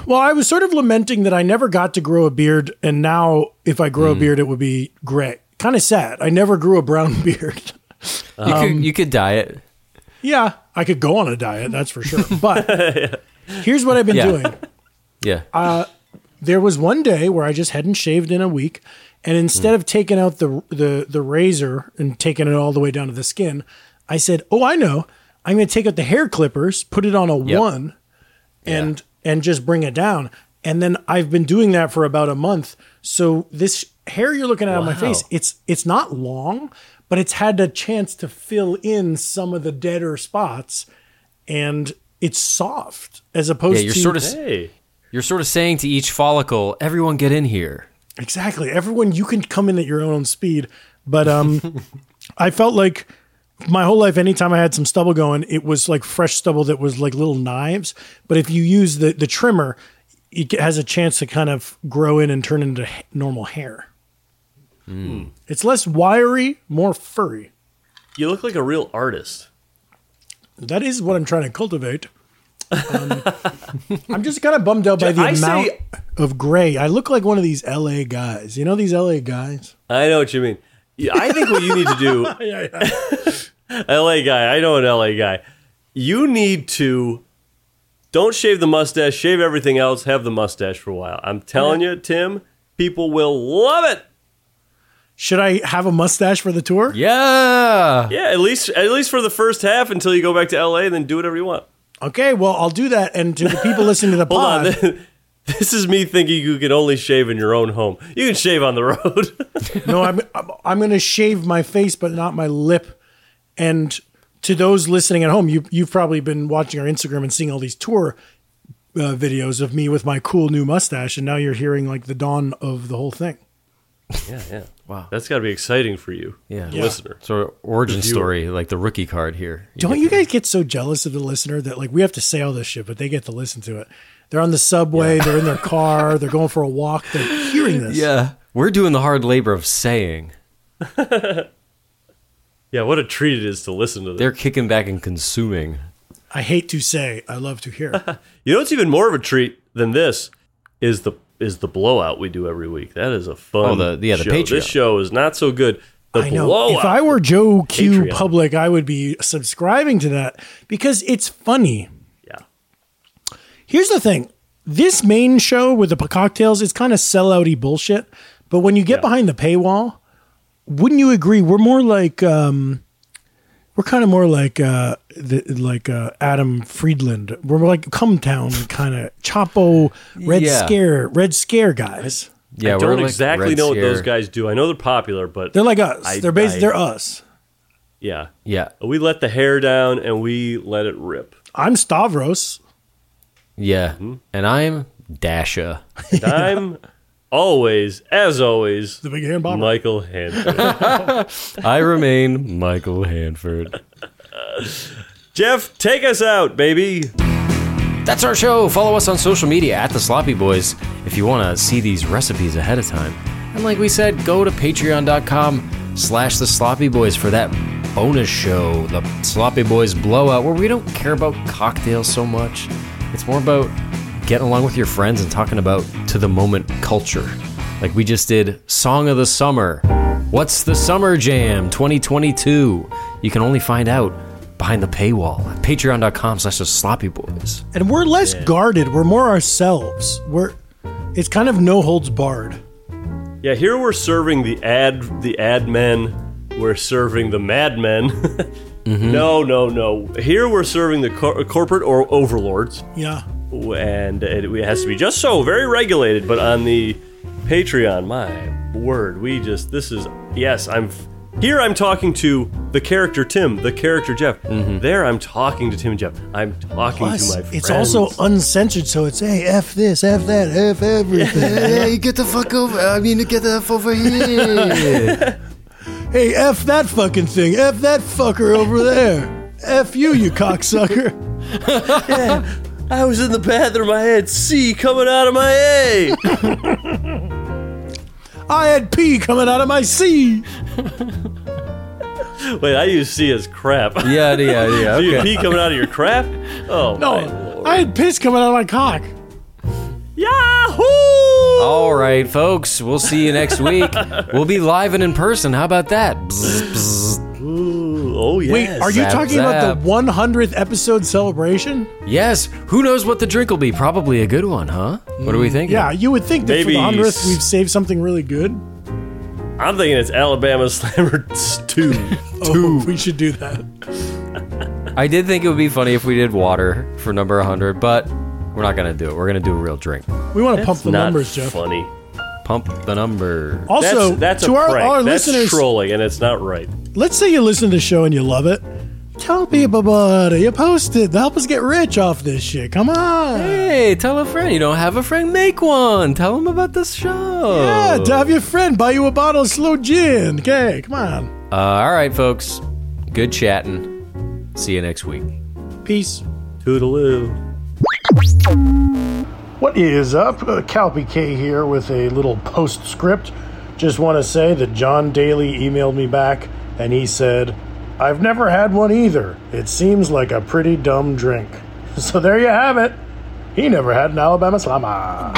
C: Well, I was sort of lamenting that I never got to grow a beard, and now if I grow a beard, it would be gray. Kind of sad. I never grew a brown beard.
A: you, could, you could dye it.
C: yeah, I could go on a diet, that's for sure. But here's what I've been
A: Yeah.
C: doing.
A: Yeah.
C: There was one day where I just hadn't shaved in a week, and instead of taking out the, the the razor and taking it all the way down to the skin, I said, "Oh, I know. I'm going to take out the hair clippers, put it on a
A: Yep.
C: one, and and just bring it down. And then I've been doing that for about a month. So this hair you're looking at on my face, it's it's not long, but it's had a chance to fill in some of the deader spots, and it's soft as opposed
A: yeah. You're
C: to
A: sort of
B: Hey.
A: you're sort of saying to each follicle, everyone get in here.
C: exactly everyone. You can come in at your own speed, but um, I felt like my whole life, anytime I had some stubble going, it was like fresh stubble that was like little knives. But if you use the the trimmer, it has a chance to kind of grow in and turn into h- normal hair.
B: Hmm.
C: It's less wiry, more furry.
B: You look like a real artist.
C: That is what I'm trying to cultivate. Um, I'm just kind of bummed out by the
B: I
C: amount
B: say-
C: of gray. I look like one of these LA guys. You know these LA guys?
B: I know what you mean. Yeah, I think what you need to do, LA guy, I know an LA guy. You need to don't shave the mustache, shave everything else, have the mustache for a while. I'm telling you, Tim, people will love it.
C: Should I have a mustache for the tour?
A: Yeah.
B: Yeah, at least at least for the first half until you go back to LA and then do whatever you want.
C: Okay, well, I'll do that. And to the people listening to the
B: Hold on.
C: pod,
B: This is me thinking you can only shave in your own home. You can shave on the road.
C: no, I'm I'm, I'm going to shave my face, but not my lip. And to those listening at home, you you've probably been watching our Instagram and seeing all these tour uh, videos of me with my cool new mustache, and now you're hearing like the dawn of the whole thing.
B: yeah, yeah. Wow. That's got to be exciting for you.
A: Yeah.
B: Listener.
A: So origin story, like the rookie card here.
C: Don't you guys get so jealous of the listener that like we have to say all this shit, but they get to listen to it? They're on the subway, they're in their car, they're going for a walk, they're hearing this.
A: Yeah. We're doing the hard labor of saying.
B: Yeah, what a treat it is to listen to this.
A: They're kicking back and consuming.
C: I hate to say, I love to hear.
B: You know what's even more of a treat than this is the is the blowout we do every week. That is a fun.
A: Oh, the- yeah, the
B: show.
A: Patreon.
B: This show is not so good. The
C: I know.
B: blowout.
C: If I were Joe Q
B: Patreon.
C: Public, I would be subscribing to that because it's funny.
B: yeah,
C: Here's the thing: this main show with the p- cocktails is kind of sellouty bullshit. But when you get behind the paywall, wouldn't you agree? We're more like um, we're kind of more like uh, the, like uh, Adam Friedland. We're like Cumtown kind of Chapo Red
A: Yeah.
C: Scare Red Scare guys.
A: Yeah,
B: I
A: we're
B: don't
A: like
B: exactly
A: Red
B: know what
A: Scare.
B: those guys do. I know they're popular, but
C: They're like us.
B: I-
C: they're based.
B: I-
C: they're us.
B: yeah,
A: Yeah,
B: we let the hair down and we let it rip.
C: I'm Stavros.
A: yeah. And I'm Dasha.
B: And I'm always, as always,
C: The big hand bomber.
B: Michael Hanford.
A: I remain Michael Hanford.
B: Jeff, take us out, baby.
A: That's our show. Follow us on social media at The Sloppy Boys if you want to see these recipes ahead of time. And like we said, go to patreon.com slash The Sloppy Boys for that bonus show, The Sloppy Boys Blowout, where we don't care about cocktails so much. It's more about getting along with your friends and talking about to the moment culture. Like we just did Song of the Summer. What's the Summer Jam 2022? You can only find out behind the paywall at patreon.com slash The Sloppy Boys.
C: and we're less guarded. We're more ourselves. We're it's kind of no holds barred.
B: Yeah, here we're serving the ad the ad men. We're serving the madmen.
C: Mm-hmm.
B: No, no, no. Here we're serving the cor- corporate or overlords,
C: Yeah,
B: and it, it has to be just so very regulated. But on the Patreon, my word, we just this is yes. I'm f- here. I'm talking to the character Tim, the character Jeff. There, I'm talking to Tim and Jeff. I'm talking
C: plus
B: to my friends.
C: Mm-hmm. it's also uncensored, so it's hey f this, f that, f everything.
A: Hey, get the fuck over. I mean, get the f over here.
C: hey f that fucking thing, f that fucker over there, f you, you cocksucker.
B: I was in the bathroom. I had C coming out of my A.
C: I had P coming out of my C.
B: Wait, I use C as crap.
A: yeah, yeah, yeah.
B: Do you
A: Okay.
B: pee coming out of your crap? Oh my
C: No,
B: lord.
C: I had piss coming out of my cock.
B: Yahoo!
A: All right, folks. We'll see you next week. We'll be live and in person. How about that? Bzz, bzz.
B: Ooh, oh yeah.
C: Wait, are you
A: zap,
C: talking about
A: zap.
C: the 100th episode celebration?
A: Yes. Who knows what the drink will be? Probably a good one, huh? What do we think?
C: Yeah, you would think that
B: Maybe
C: for the
B: s-
C: 100th we've saved something really good.
B: I'm thinking it's Alabama Slammer Two.
C: Oh, we should do that.
A: I did think it would be funny if we did water for number 100, but we're not going to do it. We're going to do a real drink.
C: We want to pump the
B: Not
C: numbers, Jeff.
B: funny.
A: Pump the number.
B: That's,
C: Also,
B: that's
C: to
B: a
C: our,
B: prank.
C: our
B: that's
C: listeners,
B: trolling, and it's not right.
C: let's say you listen to the show and you love it. Tell
B: Hmm.
C: people about it. You post it. Help us get rich off this shit. Come on.
A: Hey, tell a friend. You don't have a friend? Make one. Tell them about the show.
C: Yeah, to have your friend buy you a bottle of slow gin. Okay, come on.
A: Uh, all right, folks. Good chatting. See you next week.
C: Peace.
B: Toodaloo.
C: What is up? Uh, Cal PK here with a little postscript. Just want to say that John Daly emailed me back and he said, I've never had one either. It seems like a pretty dumb drink. So there you have it. He never had an Alabama Slammer.